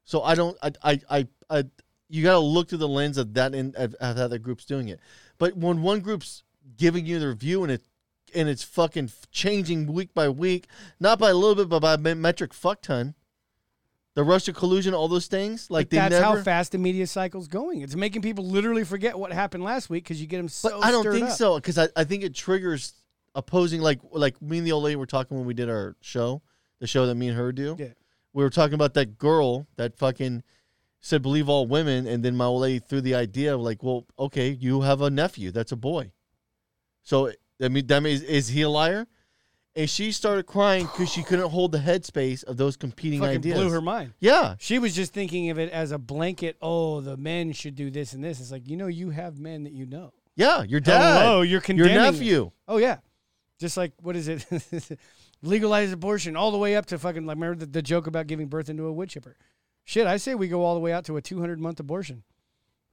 B: so I don't. I I I, I you got to look through the lens of that and of, of how the group's doing it. But when one group's giving you their view and it and it's fucking f- changing week by week, not by a little bit, but by a me- metric fuck ton. The Russia collusion, all those things, like
A: Like
B: they
A: that's
B: never.
A: how fast the media cycle's going. It's making people literally forget what happened last week because you get them so.
B: But I don't
A: stirred
B: think
A: up.
B: so because I, I think it triggers opposing like like me and the old lady were talking when we did our show, the show that me and her do.
A: Yeah.
B: We were talking about that girl that fucking said believe all women, and then my old lady threw the idea of like, well, okay, you have a nephew that's a boy, so I mean that means is he a liar? And she started crying because she couldn't hold the headspace of those competing
A: Fucking
B: ideas.
A: blew her mind.
B: yeah,
A: She was just thinking of it as a blanket. Oh, the men should do this and this. It's like you know, you have men that you know.
B: yeah, your dad,
A: Hello, you're
B: your
A: condemning it.
B: nephew.
A: Oh yeah, just like what is it? Legalize abortion all the way up to fucking. Like, remember the, the joke about giving birth into a wood chipper? Shit, I say we go all the way out to a 200 month abortion.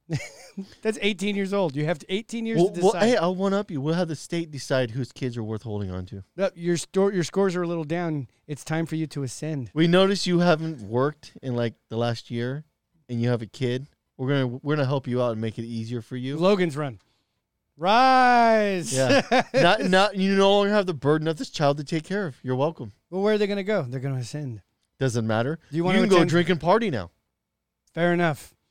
A: That's 18 years old. You have to 18 years
B: Well,
A: to
B: well,
A: decide.
B: hey, I'll one up you. We'll have the state decide whose kids are worth holding on to.
A: No, your store, your scores are a little down. It's time for you to ascend.
B: We notice you haven't worked in like the last year, and you have a kid. We're gonna we're gonna help you out and make it easier for you.
A: Logan's run. Rise.
B: Yeah, not not you no longer have the burden of this child to take care of. You're welcome.
A: well, where are they going to go? They're going to ascend.
B: Doesn't matter.
A: Do you wanna
B: you can go
A: attend-
B: drink and party now.
A: Fair enough.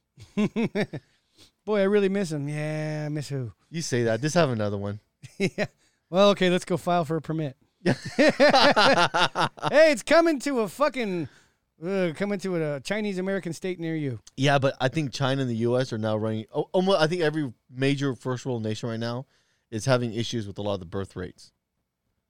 A: Boy, I really miss him. Yeah, I miss who?
B: You say that. Just have another one.
A: yeah. Well, okay, let's go file for a permit. hey, it's coming to a fucking uh, coming to a Chinese American state near you.
B: Yeah, but I think China and the U.S. are now running. oh, Almost, I think every major first world nation right now is having issues with a lot of the birth rates.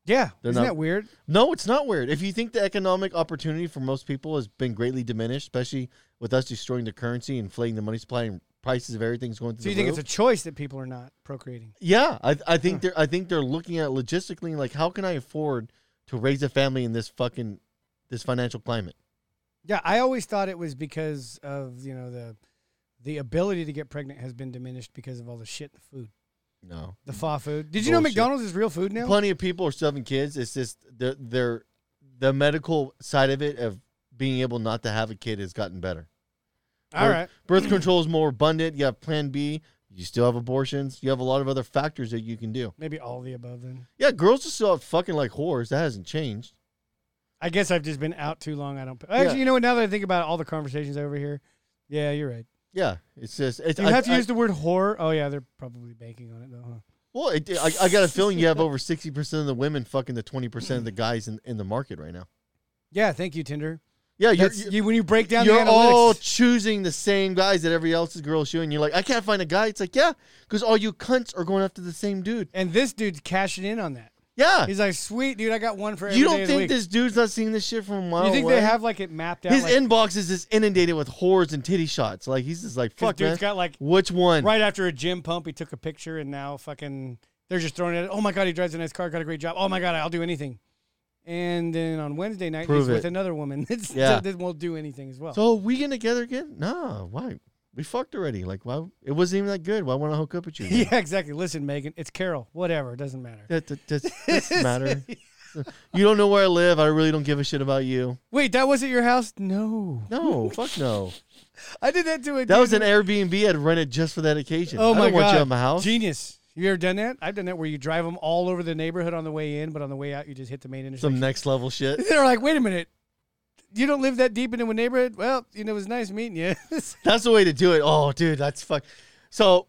A: Yeah,
B: They're
A: isn't
B: not-
A: that weird?
B: No, it's not weird. If you think the economic opportunity for most people has been greatly diminished, especially with us destroying the currency, inflating the money supply, and prices of everything's going through
A: So you
B: the
A: think
B: roof.
A: it's a choice that people are not procreating?
B: yeah, I, I think they're I think they're looking at it logistically like how can I afford to raise a family in this fucking this financial climate?
A: Yeah, I always thought it was because of you know the the ability to get pregnant has been diminished because of all the shit in the food,
B: No,
A: the fa food. Did you know
B: Bullshit.
A: McDonald's is real food now?
B: plenty of people are still having kids. It's just they're, they're the medical side of it of being able not to have a kid has gotten better.
A: all
B: birth,
A: right,
B: Birth control is more abundant. You have Plan B. You still have abortions. You have a lot of other factors that you can do.
A: maybe all the above then.
B: Yeah, girls are still out fucking like whores. That hasn't changed.
A: I guess I've just been out too long. I don't. Actually,
B: Yeah.
A: you know what? Now that I think about it, all the conversations over here, yeah, you're right.
B: Yeah, it's just it's.
A: Do you
B: I,
A: have to
B: I-
A: use the word whore? Oh yeah, they're probably banking on it though. Huh?
B: well, it, I, I got a feeling you have over sixty percent of the women fucking the twenty percent of the guys in, in the market right now.
A: Yeah, thank you, Tinder.
B: Yeah, you're
A: That's- you- when you break down the
B: you're
A: analytics,
B: all choosing the same guys that every else girl is showing. You're like, I can't find a guy. It's like, yeah, because all you cunts are going after the same dude.
A: and this dude's cashing in on that.
B: Yeah,
A: He's like, "Sweet, dude, I got one for every
B: you
A: day
B: don't
A: of the
B: think
A: week."
B: this dude's not seeing this shit from a mile
A: You think
B: away?
A: they have like it mapped out?
B: His
A: like,
B: inbox is just inundated with whores and titty shots. Like he's just like,
A: 'cause
B: fuck, man.
A: dude's got like
B: Which one?
A: right after a gym pump, he took a picture, and now fucking they're just throwing it. Oh my god, he drives a nice car, got a great job. Oh my god, I'll do anything. And then on Wednesday night,
B: Prove
A: he's with
B: it.
A: another woman. It's,
B: Yeah.
A: that won't do anything as well.
B: So are we getting together again? Nah, why? We fucked already. Like why? It wasn't even that good. Why want to hook up with you? again?
A: yeah, exactly. Listen, Megan, it's Carol. Whatever, it doesn't matter.
B: That, that, that doesn't matter. You don't know where I live. I really don't give a shit about you.
A: Wait, that wasn't your house? No,
B: No, fuck no.
A: I did that to a.
B: That was
A: dude-
B: an Airbnb I'd rented just for that occasion.
A: Oh
B: I
A: my
B: don't
A: god!
B: want you at my house.
A: Genius. You ever done that? I've done that where you drive them all over the neighborhood on the way in, but on the way out you just hit the main intersection.
B: Some next level shit.
A: They're like, "Wait a minute, you don't live that deep into a neighborhood." Well, you know, it was nice meeting you.
B: That's the way to do it. Oh, dude, that's fuck. So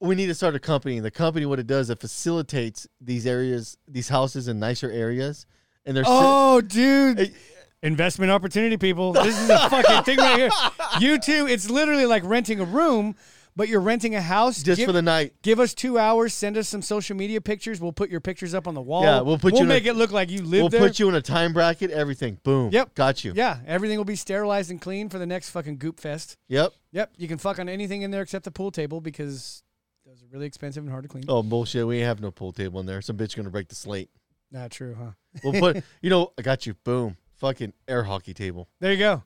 B: we need to start a company. The company, what it does, it facilitates these areas, these houses in nicer areas, and they're. sit-
A: oh, dude.
B: Hey.
A: Investment opportunity, people. This is a fucking thing right here. You two, it's literally like renting a room, but you're renting a house
B: Just
A: give-
B: for the night.
A: Give us two hours. Send us some social media pictures. We'll put your pictures up on the wall.
B: Yeah, we'll put you in a-
A: make it look like you live
B: We'll
A: there.
B: put you in a time bracket, everything. Boom.
A: Yep.
B: Got you.
A: Yeah, everything will be sterilized and clean for the next fucking goop fest.
B: Yep.
A: Yep, you can fuck on anything in there except the pool table because those are really expensive and hard to clean.
B: Oh bullshit. We ain't have no pool table in there. Some bitch gonna break the slate.
A: Not true, huh?
B: We'll put you know, I got you. Boom. Fucking air hockey table.
A: There you go.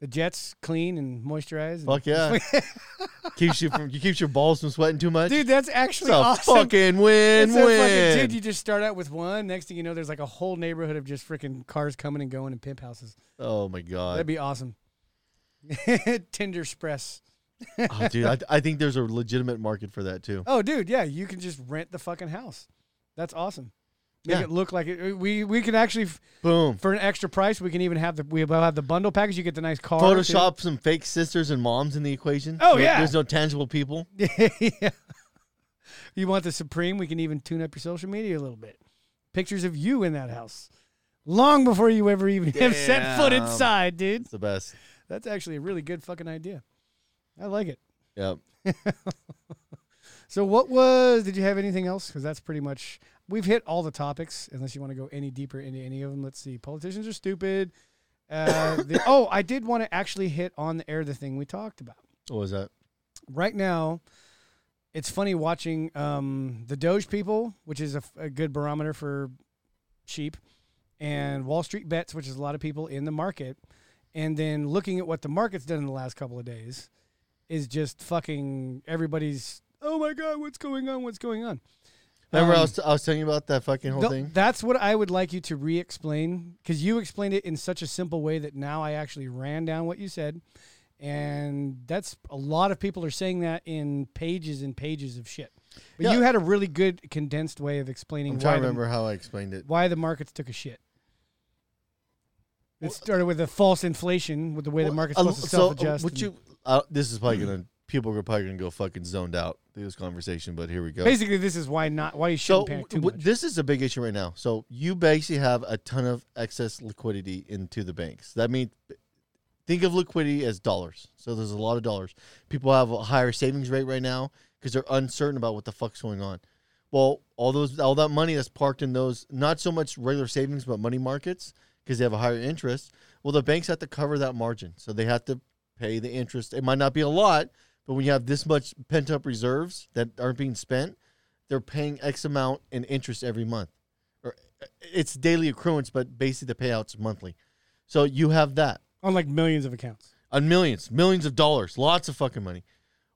A: The jets clean and moisturized. and-
B: Fuck yeah. keeps you from you keeps your balls from sweating too much.
A: dude, that's actually
B: it's a
A: awesome.
B: fucking
A: It's
B: win
A: so
B: win.
A: fucking- dude, you just start out with one. Next thing you know, there's like a whole neighborhood of just freaking cars coming and going and pimp houses.
B: oh my god.
A: That'd be awesome. Tinder Express.
B: oh, dude, I, I think there's a legitimate market for that too.
A: Oh, dude, yeah, you can just rent the fucking house. That's awesome. Make
B: Yeah.
A: it look like it. uh, We we can actually f-
B: Boom.
A: for an extra price. We can even have the we will have the bundle package. You get the nice car. too.
B: Photoshop some fake sisters and moms in the equation.
A: Oh,
B: There-
A: yeah.
B: There's no tangible people.
A: yeah. You want the Supreme? We can even tune up your social media a little bit. Pictures of you in that house long before you ever even have set foot
B: Damn.
A: inside, dude.
B: It's the best.
A: That's actually a really good fucking idea. I like it.
B: Yep.
A: So, what was, did you have anything else? Because that's pretty much, we've hit all the topics, unless you want to go any deeper into any of them. Let's see. Politicians are stupid. Uh, the, oh, I did want to actually hit on the air the thing we talked about.
B: What was that?
A: right now, it's funny watching um, the Doge people, which is a, f- a good barometer for sheep, and Wall Street bets, which is a lot of people in the market, and then looking at what the market's done in the last couple of days is just fucking everybody's. Oh my god, what's going on? What's going on?
B: Remember, I
A: Um,
B: was I was telling you about that fucking whole
A: Th-
B: thing.
A: That's what I would like you to re-explain because you explained it in such a simple way that now I actually ran down what you said, and that's a lot of people are saying that in pages and pages of shit. But
B: Yeah.
A: you had a really good condensed way of explaining
B: I'm
A: why
B: trying to
A: the,
B: remember how I explained it.
A: why the markets took a shit. It started with a false inflation with the way the market's supposed to
B: so, uh,
A: self-adjust.
B: Would
A: and-
B: you? Uh, this is probably gonna people are probably gonna go fucking zoned out through this conversation, but here we go.
A: basically, this is why not why you shouldn't
B: so
A: panic too
B: w-
A: much.
B: this is a big issue right now. So you basically have a ton of excess liquidity into the banks. That means think of liquidity as dollars. So there's a lot of dollars. People have a higher savings rate right now because they're uncertain about what the fuck's going on. Well, all those all that money that's parked in those not so much regular savings but money markets because they have a higher interest. Well, the banks have to cover that margin, so they have to pay the interest. It might not be a lot, but when you have this much pent up reserves that aren't being spent, they're paying X amount in interest every month. Or uh, it's daily accruance, but basically the payouts monthly. So you have that
A: on like millions of accounts.
B: on millions, millions of dollars, lots of fucking money.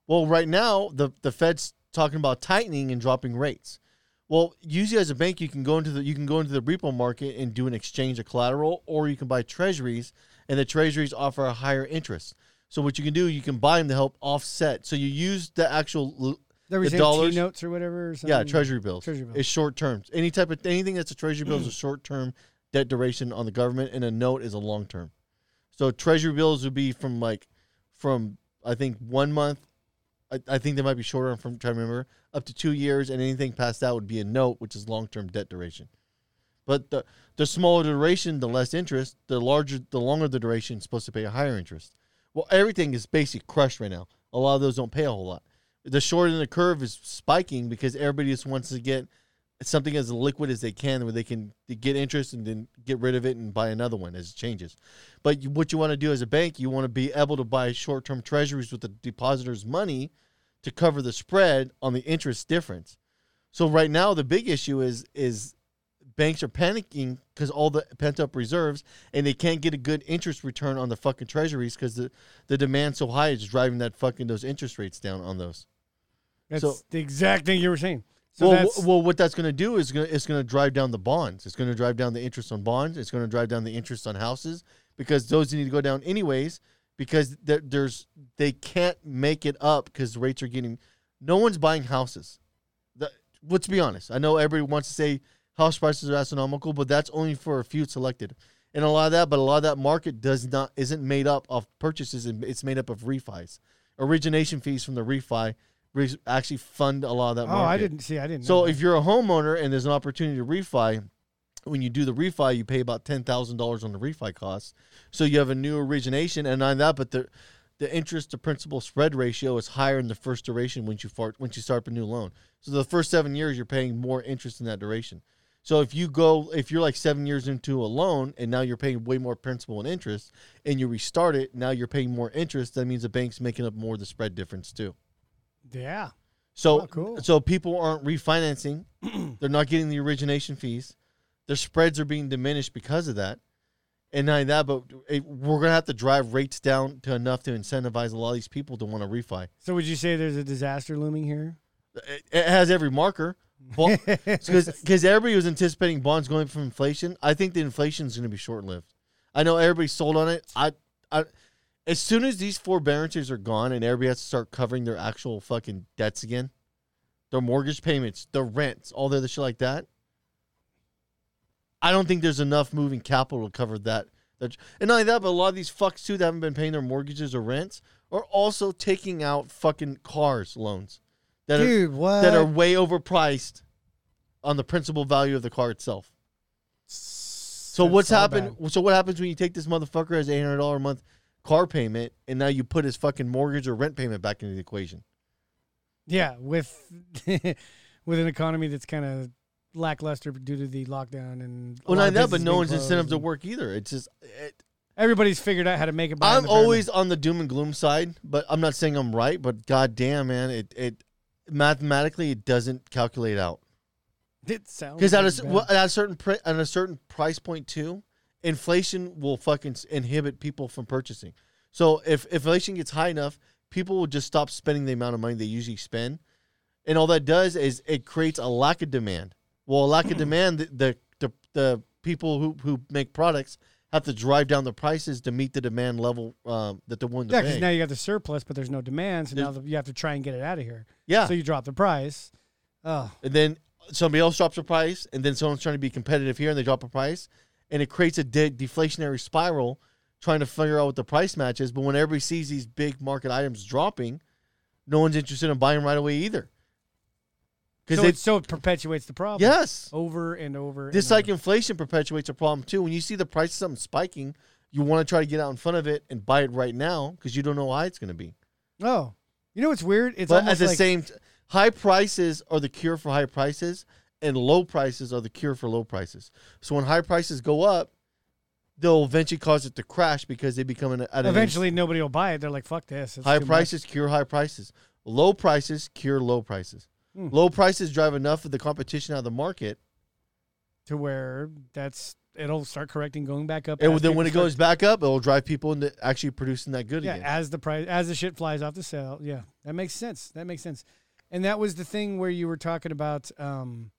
B: Well, right now the the Fed's talking about tightening and dropping rates. Well, usually as a bank, you can go into the you can go into the repo market and do an exchange of collateral, or you can buy treasuries, and the treasuries offer a higher interest. So what you can do, you can buy them to help offset. So you use the actual l-
A: There was
B: the dollars,
A: notes or whatever. Or
B: yeah,
A: something.
B: treasury bills.
A: treasury bills.
B: It's short terms. Any type of anything that's a treasury bill is a short term debt duration on the government, and a note is a long term. So treasury bills would be from like from I think one month. I, I think they might be shorter. I'm from trying to remember up to two years, and anything past that would be a note, which is long term debt duration. But the the smaller duration, the less interest. The larger, the longer the duration, is supposed to pay a higher interest. Well, everything is basically crushed right now. A lot of those don't pay a whole lot. The short end of the curve is spiking because everybody just wants to get something as liquid as they can, where they can get interest and then get rid of it and buy another one as it changes. But you- what you want to do as a bank, you want to be able to buy short-term treasuries with the depositor's money to cover the spread on the interest difference. So right now, the big issue is is banks are panicking because all the pent up reserves and they can't get a good interest return on the fucking treasuries because the, the demand so high it's driving that fucking those interest rates down on those.
A: That's
B: so-
A: the exact thing you were saying. So
B: well,
A: that's,
B: wh- well, what that's going to do is gonna, it's going to drive down the bonds. It's going to drive down the interest on bonds. It's going to drive down the interest on houses because those need to go down anyways because there, there's they can't make it up because rates are getting. No one's buying houses. The, let's be honest. I know everybody wants to say house prices are astronomical, but that's only for a few selected. And a lot of that, but a lot of that market does not isn't made up of purchases. and It's made up of refis, origination fees from the refi. re- Actually, fund a lot of that.
A: oh,
B: market.
A: I didn't see. I didn't. know
B: So
A: that.
B: if you're a homeowner and there's an opportunity to refi, when you do the refi, you pay about ten thousand dollars on the refi costs. So you have a new origination, and on that, but the the interest to principal spread ratio is higher in the first duration once you fart once you start up a new loan. So the first seven years you're paying more interest in that duration. So if you go if you're like seven years into a loan and now you're paying way more principal and interest and you restart it, now you're paying more interest, that means the bank's making up more of the spread difference too.
A: Yeah.
B: So
A: Oh, cool.
B: so people aren't refinancing. They're not getting the origination fees. Their spreads are being diminished because of that. And not only that, but it, we're gonna have to drive rates down to enough to incentivize a lot of these people to want to refi.
A: So would you say there's a disaster looming here?
B: It, it has every marker, because everybody was anticipating bonds going up from inflation. I think the inflation is gonna be short lived. I know everybody's sold on it. I, I, as soon as these forbearances are gone and everybody has to start covering their actual fucking debts again, their mortgage payments, their rents, all the other shit like that. I don't think there's enough moving capital to cover that. That- And not only that, but a lot of these fucks too that haven't been paying their mortgages or rents are also taking out fucking cars loans that
A: Dude,
B: are
A: what?
B: that are way overpriced on the principal value of the car itself. So what's
A: all
B: happened? So what happens when you take this motherfucker as eight hundred dollar a month car payment, and now you put his fucking mortgage or rent payment back into the equation?
A: Yeah, with with an economy that's kind of lackluster due to the lockdown and a
B: Well,
A: lot
B: not
A: of
B: that, but
A: businesses
B: no
A: being
B: one's
A: closed
B: incentive to
A: and-
B: work either. It's just it,
A: Everybody's figured out how to make it. by
B: I'm
A: the pyramid.
B: always on the doom and gloom side, but I'm not saying I'm right. But goddamn, man, it it mathematically it doesn't calculate out
A: It sounds
B: because at a
A: pretty
B: s-
A: bad.
B: well, at a certain pri- at a certain price point too, inflation will fucking s- inhibit people from purchasing. So if if inflation gets high enough, people will just stop spending the amount of money they usually spend, and all that does is it creates a lack of demand. Well, a lack of demand, the the, the, the people who, who make products have to drive down the prices to meet the demand level um, that they're willing to
A: yeah,
B: pay.
A: because now you got the surplus, but there's no demand, so now
B: There's-
A: the, you have to try and get it out of here.
B: yeah,
A: So you drop the price. Oh,
B: and then somebody else drops a price, and then someone's trying to be competitive here, and they drop a price, and it creates a de- deflationary spiral, trying to figure out what the price match is. But when everybody sees these big market items dropping, no one's interested in buying right away either.
A: so
B: Because
A: it so it perpetuates the problem.
B: yes,
A: over and over.
B: just
A: and
B: like inflation perpetuates a problem too. When you see the price of something spiking, you want to try to get out in front of it and buy it right now because you don't know how high it's going to be.
A: over. oh, you know what's weird? It's
B: but
A: almost
B: at the
A: like,
B: same, t- high prices are the cure for high prices, and low prices are the cure for low prices. So when high prices go up, they'll eventually cause it to crash because they become an at an
A: eventually nobody will buy it. They're like, fuck this. it's
B: high
A: too much.
B: prices cure high prices, low prices cure low prices.
A: Hmm.
B: Low prices drive enough of the competition out of the market,
A: to where that's it'll start correcting, going back up.
B: and
A: as
B: then when it
A: people
B: goes
A: start-
B: back up, it'll drive people into actually producing that good
A: yeah,
B: again.
A: as the price as the shit flies off the sale, yeah, that makes sense. That makes sense. And that was the thing where you were talking about um,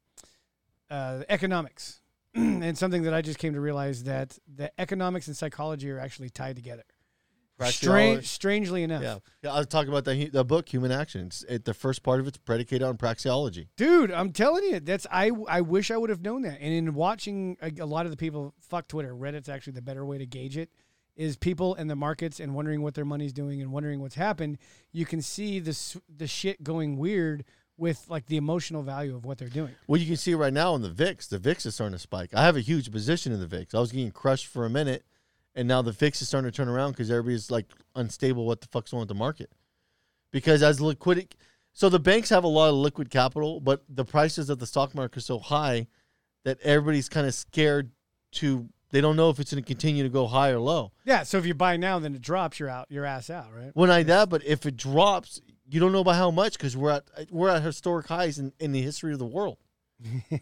A: uh, economics, and something that I just came to realize that the economics and psychology are actually tied together. Strange,
B: Praxeology-
A: strangely enough,
B: Yeah. yeah, I was talking about the, the book Human Actions. It, the first part of it's predicated on praxeology.
A: dude i'm telling you that's i i wish i would have known that and in watching a, a lot of the people fuck twitter reddit's actually the better way to gauge it is people and the markets and wondering what their money's doing and wondering what's happened you can see this the shit going weird with like the emotional value of what they're doing
B: Well, you can see right now in the VIX, the VIX is starting to spike. I have a huge position in the VIX. I was getting crushed for a minute, and now the VIX is starting to turn around because everybody's like unstable. What the fuck's going on with the market? Because as liquidity, so the banks have a lot of liquid capital, but the prices of the stock market are so high that everybody's kind of scared to. They don't know if it's going to continue to go high or low.
A: yeah so if you buy now then it drops you're out your ass out right
B: When I that, but if it drops, you don't know by how much because we're at we're at historic highs in, in the history of the world,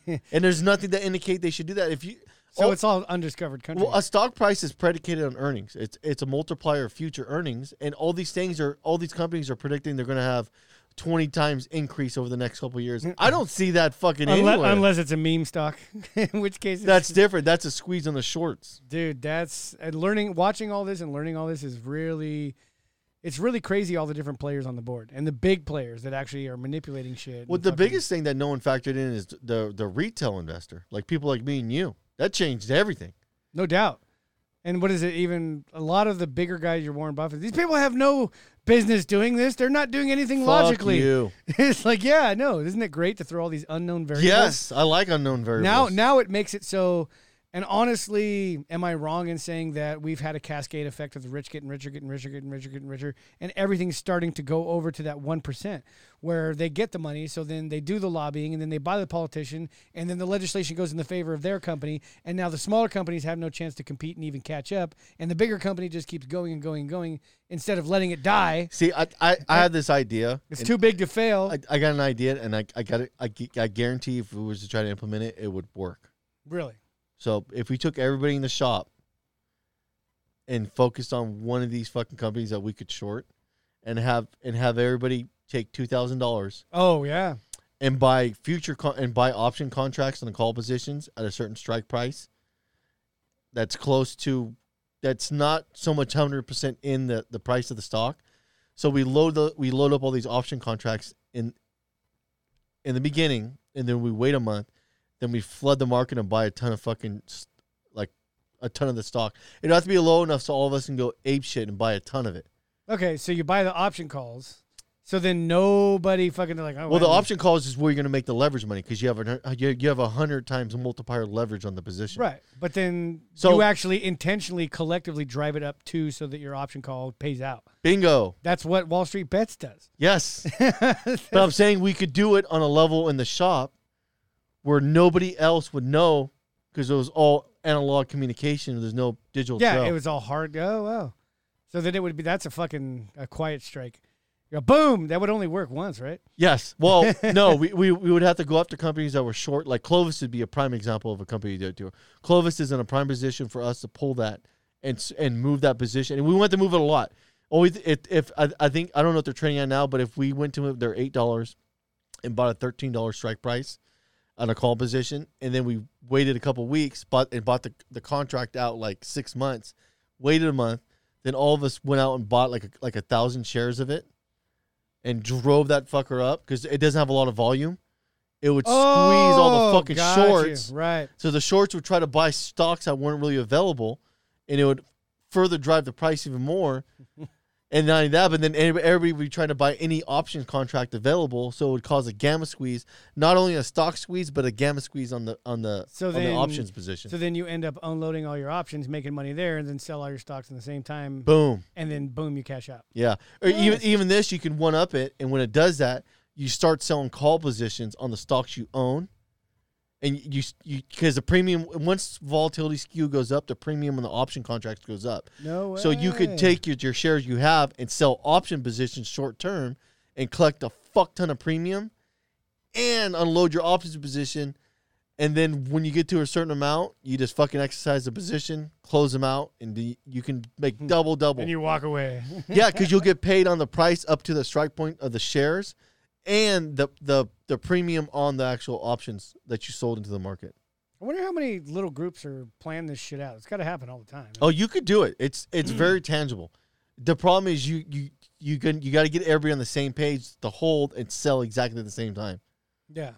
B: and there's nothing to indicate they should do that. If you
A: so
B: all-
A: it's all undiscovered country
B: well, a stock price is predicated on earnings. It's it's a multiplier of future earnings, and all these things are all these companies are predicting they're going to have twenty times increase over the next couple of years. I don't see that fucking
A: unless,
B: anywhere.
A: unless it's a meme stock in which case it's
B: that's different. That's a squeeze on the shorts.
A: dude that's and learning watching all this and learning all this is really it's really crazy all the different players on the board and the big players that actually are manipulating shit
B: Well,
A: and
B: the
A: fucking-
B: biggest thing that no one factored in is the the retail investor, like people like me and you. That changed everything.
A: no doubt and what is it even a lot of the bigger guys your warren buffett these people have no business doing this they're not doing anything logically
B: Fuck you.
A: it's like yeah i know isn't it great to throw all these unknown variables
B: Yes, I like unknown variables.
A: now now it makes it so And honestly, am I wrong in saying that we've had a cascade effect of the rich getting richer, getting richer, getting richer, getting richer, and everything's starting to go over to that 1% where they get the money. So then they do the lobbying and then they buy the politician and then the legislation goes in the favor of their company. And now the smaller companies have no chance to compete and even catch up. And the bigger company just keeps going and going and going instead of letting it die.
B: See, I I, I had this idea.
A: It's
B: and
A: too big to fail.
B: I, I got an idea, and I I got it. I, gu- I guarantee if we was to try to implement it, it would work.
A: really?
B: So if we took everybody in the shop and focused on one of these fucking companies that we could short, and have and have everybody take two thousand dollars
A: Oh, yeah.
B: and buy future con- and buy option contracts on the call positions at a certain strike price that's close to that's not so much 100% in the, the price of the stock so we load the we load up all these option contracts in in the beginning and then we wait a month then we flood the market and buy a ton of fucking s- like a ton of the stock it'd have to be low enough so all of us can go ape shit and buy a ton of it
A: Okay. So you buy the option calls. So then nobody fucking like, oh,
B: Well, the
A: wait a minute.
B: option calls is where you're going to make the leverage money because you have a uh, you you have a hundred times multiplier leverage on the position.
A: Right. But then
B: So-
A: you actually intentionally collectively drive it up too so that your option call pays out.
B: Bingo.
A: That's what Wall Street Bets does.
B: Yes. but I'm saying we could do it on a level in the shop where nobody else would know because it was all analog communication. There's no digital.
A: yeah,
B: trail.
A: it was all hard. Oh, wow. So then it would be that's a fucking a quiet strike. You go, boom, that would only work once, right?
B: Yes. Well, no, we, we, we would have to go after companies that were short. Like Clovis would be a prime example of a company that do. Clovis is in a prime position for us to pull that and s- and move that position. And we want to move it a lot. Always, if, if I, I think I don't know what they're trading at now, but if we went to their eight dollars and bought a thirteen dollars strike price on a call position, and then we waited a couple weeks, bought and bought the, the contract out like six months, waited a month, then all of us went out and bought like a, like a thousand shares of it and drove that fucker up because it doesn't have a lot of volume. It would squeeze all the
A: Oh,
B: fucking
A: got you.
B: shorts.
A: Right.
B: So the shorts would try to buy stocks that weren't really available, and it would further drive the price even more. and not only that, but then everybody everybody would be trying to buy any option contract available, so it would cause a gamma squeeze, not only a stock squeeze, but a gamma squeeze on the on the
A: So
B: on
A: then
B: the options position.
A: So then you end up unloading all your options, making money there, and then sell all your stocks in the same time.
B: Boom.
A: And then boom, you cash out.
B: Yeah. Or even even this, you can one up it, and when it does that, you start selling call positions on the stocks you own, and you you because the premium once volatility skew goes up, the premium on the option contracts goes up.
A: No way.
B: So you could take your, your shares you have and sell option positions short term and collect a fuck ton of premium and unload your options position. And then when you get to a certain amount, you just fucking exercise the position, close them out, and the, you can make double double.
A: Hmm. and you walk away.
B: yeah, because you'll get paid on the price up to the strike point of the shares and the, the, the premium on the actual options that you sold into the market.
A: I wonder how many little groups are planning this shit out. It's got to happen all the time.
B: Oh, you could do it. It's it's very tangible. The problem is you you you can you got to get everybody on the same page to hold and sell exactly at the same time.
A: Yeah.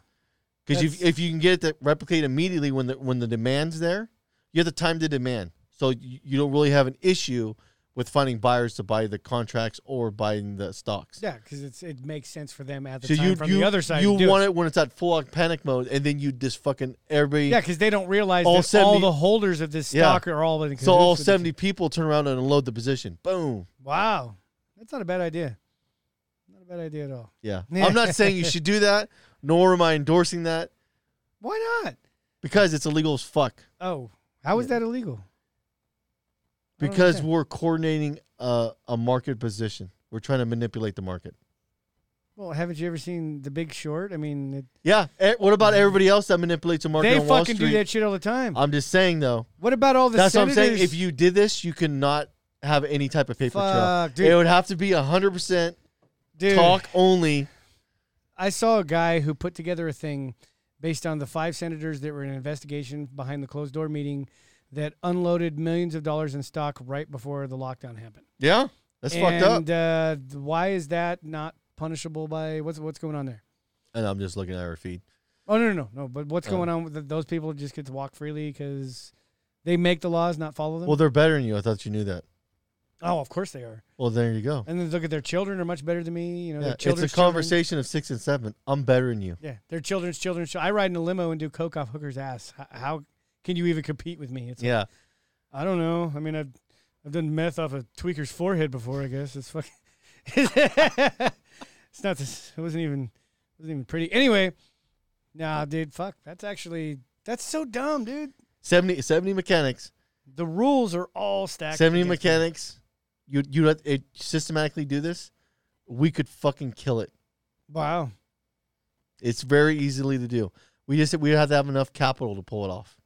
B: Because if,
A: That's-
B: if you can get it to replicate immediately when the when the demand's there, you have the time to demand. So you, you don't really have an issue with finding buyers to buy the contracts or buying the stocks.
A: Yeah, because it's it makes sense for them at the
B: So
A: time
B: you
A: from
B: you,
A: the other side.
B: you
A: to do
B: want
A: it.
B: it. when it's at full on panic mode, and then you just fucking everybody.
A: Yeah, because they don't realize
B: All
A: that
B: 70
A: all the holders of this
B: Yeah.
A: stock are all in.
B: so all
A: cahoots with
B: seventy people turn around and unload the position. Boom.
A: each- Wow, that's not a bad idea. Not a bad idea at all.
B: Yeah.
A: Yeah.
B: I'm not saying you should do that, nor am I endorsing that
A: Why not?
B: because it's illegal as fuck.
A: Oh, how is that illegal? I don't
B: Because
A: understand.
B: we're coordinating a, a market position. We're trying to manipulate the market.
A: Well, haven't you ever seen The Big Short? I mean, it,
B: Yeah. eh, What about everybody else that manipulates the market
A: they
B: on Wall
A: fucking do
B: Street?
A: that shit all the time.
B: I'm just saying though.
A: what about all the
B: that's
A: senators?
B: what I'm saying. If you did this, you could not have any type of paper trail.
A: Fuck, dude.
B: It would have to be 100%
A: Dude,
B: talk only.
A: I saw a guy who put together a thing based on the five senators that were in an investigation behind the closed door meeting that unloaded millions of dollars in stock right before the lockdown happened.
B: Yeah. That's fucked up.
A: and uh, th- why is that not punishable by what's what's going on there?
B: And I'm just looking at our feed.
A: Oh no no no no! But
B: Uh.
A: what's going on with th- those people just get to walk freely because they make the laws, not follow them.
B: Well, they're better than you. I thought you knew that.
A: oh, of course they are.
B: Well, there you go.
A: And then look at their children are much better than me. You know,
B: Yeah,
A: their
B: it's
A: children's
B: a conversation of six and seven. I'm better than you.
A: Children, yeah, their children's children's. I ride in a limo and do coke off hookers' ass. H- How can you even compete with me? It's like,
B: Yeah.
A: I don't know. I mean, I've I've done meth off a tweaker's forehead before. I guess it's fucking. it's not this. It wasn't even. It wasn't even pretty. Anyway, nah, dude. Fuck. That's actually. That's so dumb, dude.
B: 70, 70 mechanics.
A: The rules are all stacked.
B: 70
A: against me.
B: mechanics. You you let it systematically do this, we could fucking kill it.
A: Wow.
B: It's very easily to do. We just we have to have enough capital to pull it off.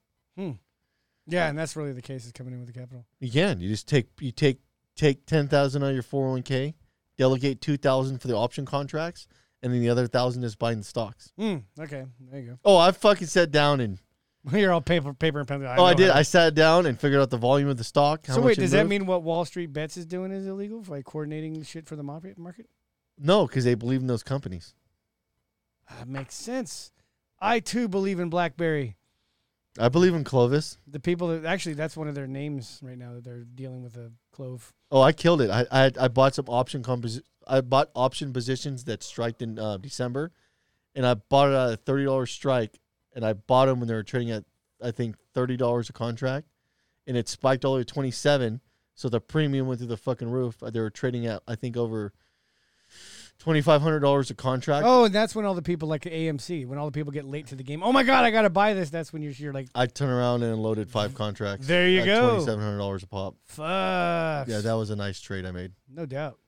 A: Yeah, and that's really the case is coming in with the capital.
B: You can. You just take you take take ten thousand out of your four hundred one k, delegate two thousand for the option contracts, and then the other thousand is buying the stocks.
A: Mm, okay, there you
B: Oh, I fucking sat down and
A: go. You're all paper, paper and pencil.
B: oh, I
A: know
B: did.
A: how-
B: I sat down and figured out the volume of the stock. how
A: so
B: much
A: wait,
B: it
A: does that
B: moved.
A: mean what Wall Street bets is doing is illegal for like coordinating shit for the market? Market
B: no? Because they believe in those companies.
A: Ah, makes sense. I too believe in BlackBerry.
B: I believe in Clovis.
A: The people that actually that's one of their names right now that they're dealing with a clove.
B: Oh, I killed it. I I, I bought some option compos- I bought option positions that striked in uh, December, and I bought it at a thirty dollars strike, and I bought them when they were trading at I think thirty dollars a contract, and it spiked all the way to twenty seven. So the premium went through the fucking roof. Uh, They were trading at I think over twenty five hundred dollars a contract.
A: Oh, and that's when all the people like AMC, when all the people get late to the game. Oh my god, I gotta buy this. That's when you're, you're like,
B: I turned around and loaded five contracts.
A: There you go.
B: Twenty seven hundred dollars a pop.
A: fuck.
B: Yeah, that was a nice trade I made.
A: no doubt.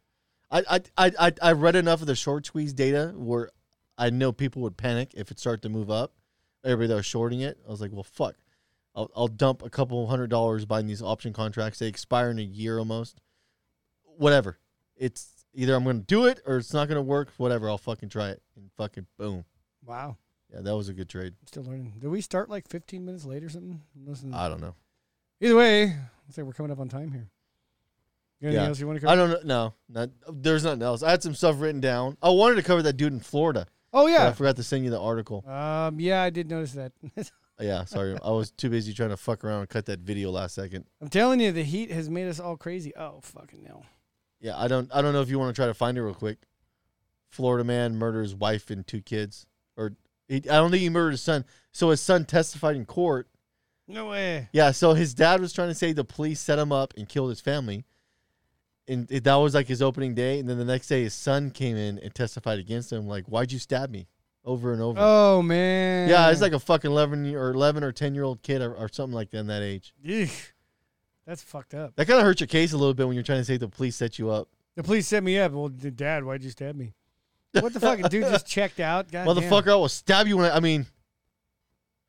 B: I I I I- I read enough of the short squeeze data where I know people would panic if it started to move up. Everybody that was shorting it, I was like, well, fuck. I'll, I'll dump a couple hundred dollars buying these option contracts. They expire in a year almost. Whatever. It's either I'm going to do it or it's not going to work. Whatever. I'll fucking try it. And fucking boom.
A: Wow,
B: Yeah, that was a good trade.
A: I'm still learning. Did we start like 15 minutes late or something? Listen,
B: I don't know.
A: Either way, looks like we're coming up on time here. You got anything
B: Yeah.
A: else you want to cover?
B: I don't know. No, not, there's nothing else. I had some stuff written down. Oh, I wanted to cover that dude in Florida.
A: oh
B: but
A: yeah,
B: I forgot to send you the article.
A: um, yeah, I did notice that.
B: Yeah, sorry. I was too busy trying to fuck around and cut that video last second.
A: I'm telling you, the heat has made us all crazy. Oh fucking hell!
B: Yeah, I don't I don't know if you want to try to find it real quick. Florida man murders wife and two kids. Or he, I don't think he murdered his son. So his son testified in court.
A: No way.
B: Yeah, so his dad was trying to say the police set him up and killed his family. And it- that was like his opening day. And then the next day his son came in and testified against him, like, Why'd you stab me? Over and over.
A: Oh man.
B: yeah, it's like a fucking eleven year, or eleven or ten year old kid or, or something like that in that age.
A: Eesh. that's fucked up.
B: That kinda hurts your case a little bit when you're trying to say the police set you up.
A: The police set me up. Well, d- Dad, why'd you stab me? What the fuck? Dude just checked out. God
B: Motherfucker, I will stab you when I, I mean,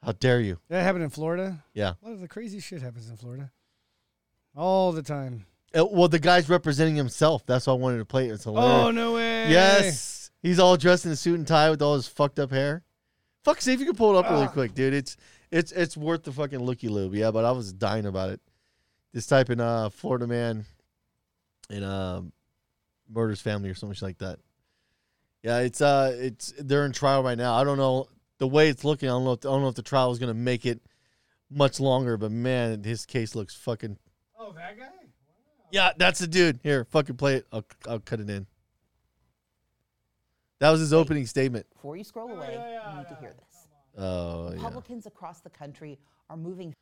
B: how dare you?
A: That happened in Florida.
B: Yeah.
A: A lot of the crazy shit happens in Florida, all the time.
B: Uh, well, the guy's representing himself. That's why I wanted to play it. It's hilarious.
A: Oh no way.
B: Yes. He's all dressed in a suit and tie with all his fucked up hair. Fuck, see if you can pull it up really quick, dude. It's it's it's worth the fucking looky lube. Yeah, but I was dying about it. Just type in uh Florida man and um murders family or something like that. Yeah, it's uh it's they're in trial right now. I don't know the way it's looking, I don't know if, I don't know if the trial is gonna make it much longer, but man, his case looks fucking
A: Oh, that guy.
B: yeah, that's the dude. Here, fucking play it. I'll, I'll cut it in. That was his opening statement.
H: Before you scroll away, you need to hear this.
B: Oh, yeah.
H: Republicans across the country are moving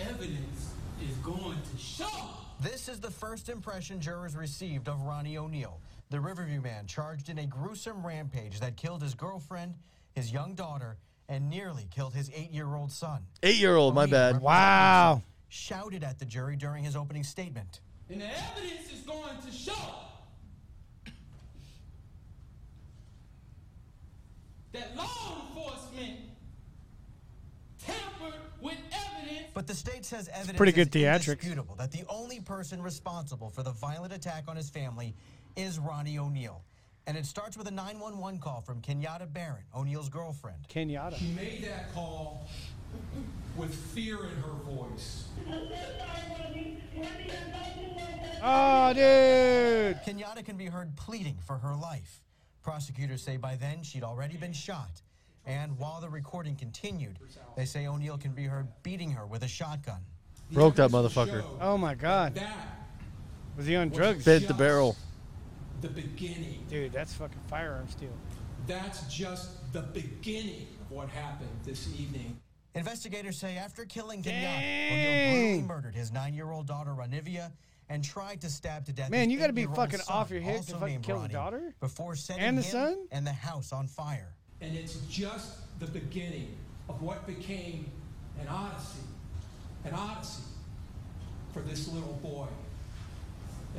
E: Evidence is going to show.
C: This is the first impression jurors received of Ronnie O'Neill, the Riverview man charged in a gruesome rampage that killed his girlfriend, his young daughter, and nearly killed his eight year old son.
B: Eight year old, my
C: O'Neill
B: bad.
C: represented
A: Wow.
C: himself, Shouted at the jury during his opening statement.
E: And the evidence is going to show that law enforcement tampered with evidence.
C: But the state says evidence
A: pretty good
C: is
A: theatrics.
C: indisputable that the only person responsible for the violent attack on his family is Ronnie O'Neill. And it starts with a 911 call from Kenyatta Barron, O'Neill's girlfriend.
A: Kenyatta.
E: She made that call with fear in her voice.
A: Oh, dude.
C: Kenyatta can be heard pleading for her life. Prosecutors say by then she'd already been shot. And while the recording continued, they say O'Neill can be heard beating her with a shotgun.
B: Broke that motherfucker.
A: Oh my God.
E: That
A: Was he on drugs?
B: Bent the barrel.
E: the beginning.
A: Dude, that's fucking firearm steal.
E: That's just the beginning of what happened this evening.
C: Investigators say after killing Kenyatta, O'Neill brutally
A: Dang.
C: murdered his nine-year-old daughter Ranivia and tried to stab to death.
A: Man,
C: his
A: you gotta be
C: eight-year-old
A: fucking
C: son,
A: off your head to
C: also
A: fucking
C: named
A: kill the
C: Ronnie,
A: daughter?
C: before setting
A: And the
C: him
A: son?
C: and the house on fire.
E: And it's just the beginning of what became an odyssey, an odyssey for this little boy.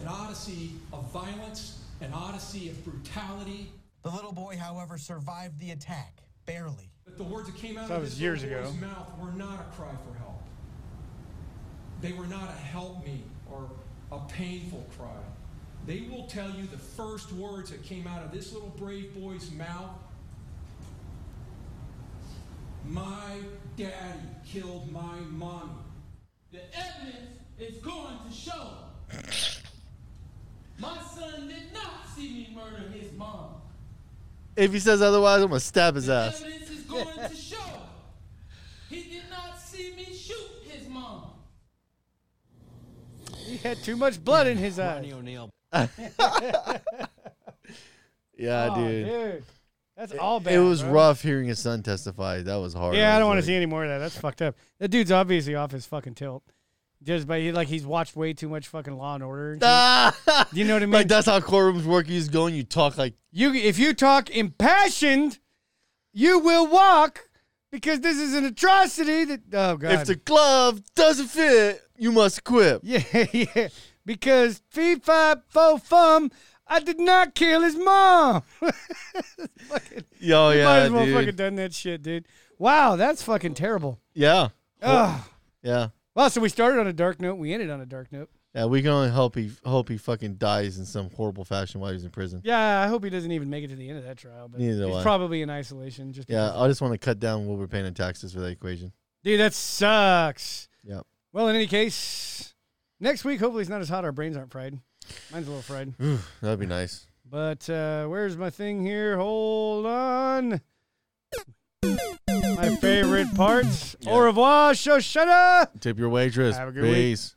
E: An odyssey of violence, an odyssey of brutality.
C: The little boy, however, survived the attack barely.
E: But the words that came out
A: That
E: of
A: was
E: this
A: years
E: little boy's
A: ago.
E: mouth were not a cry for help. They were not a help me or a painful cry. They will tell you the first words that came out of this little brave boy's mouth. My daddy killed my mommy.
I: The evidence is going to show. My son did not see me murder his mom.
B: If he says otherwise, I'm gonna stab his
I: The
B: ass.
I: evidence is going to show. He did not see me shoot his mom.
A: He had too much blood in his eyes.
C: Ronnie O'Neill
B: Yeah,
A: Aw,
B: dude.
A: Oh, dude. That's all bad.
B: it was
A: bro.
B: rough hearing his son testify. That was hard.
A: Yeah, I don't want
B: was
A: to
B: like-
A: see any more of that. That's fucked up. That dude's obviously off his fucking tilt. Just by he, like he's watched way too much fucking Law and Order. and shit.
B: Ah!
A: Do you know what I mean?
B: like that's how courtrooms work. You just go and you talk like
A: You if you talk impassioned, you will walk because this is an atrocity that oh god.
B: if the glove doesn't fit, you must quit.
A: yeah, yeah. Because fee fi fo fum, I did not kill his mom. Might
B: Yo, yeah,
A: as well fucking
B: dude.
A: done that shit, dude. Wow, that's fucking terrible.
B: Yeah,
A: Ugh.
B: yeah,
A: Well, so we started on a dark note, we ended on a dark note.
B: yeah. We can only hope he hope he fucking dies in some horrible fashion while he's in prison.
A: Yeah, I hope he doesn't even make it to the end of that trial. But
B: Neither do
A: he's
B: I.
A: probably in isolation. Just
B: Yeah,
A: because-
B: I just want to cut down what we're paying in taxes for that equation.
A: dude, that sucks.
B: Yep.
A: Well, in any case, next week hopefully it's not as hot. Our brains aren't fried. Mine's a little fried.
B: That'd be nice.
A: But uh, where's my thing here? Hold on. My favorite parts. Au revoir, Shoshana.
B: Tip your waitress.
A: Have a good week.
B: Peace.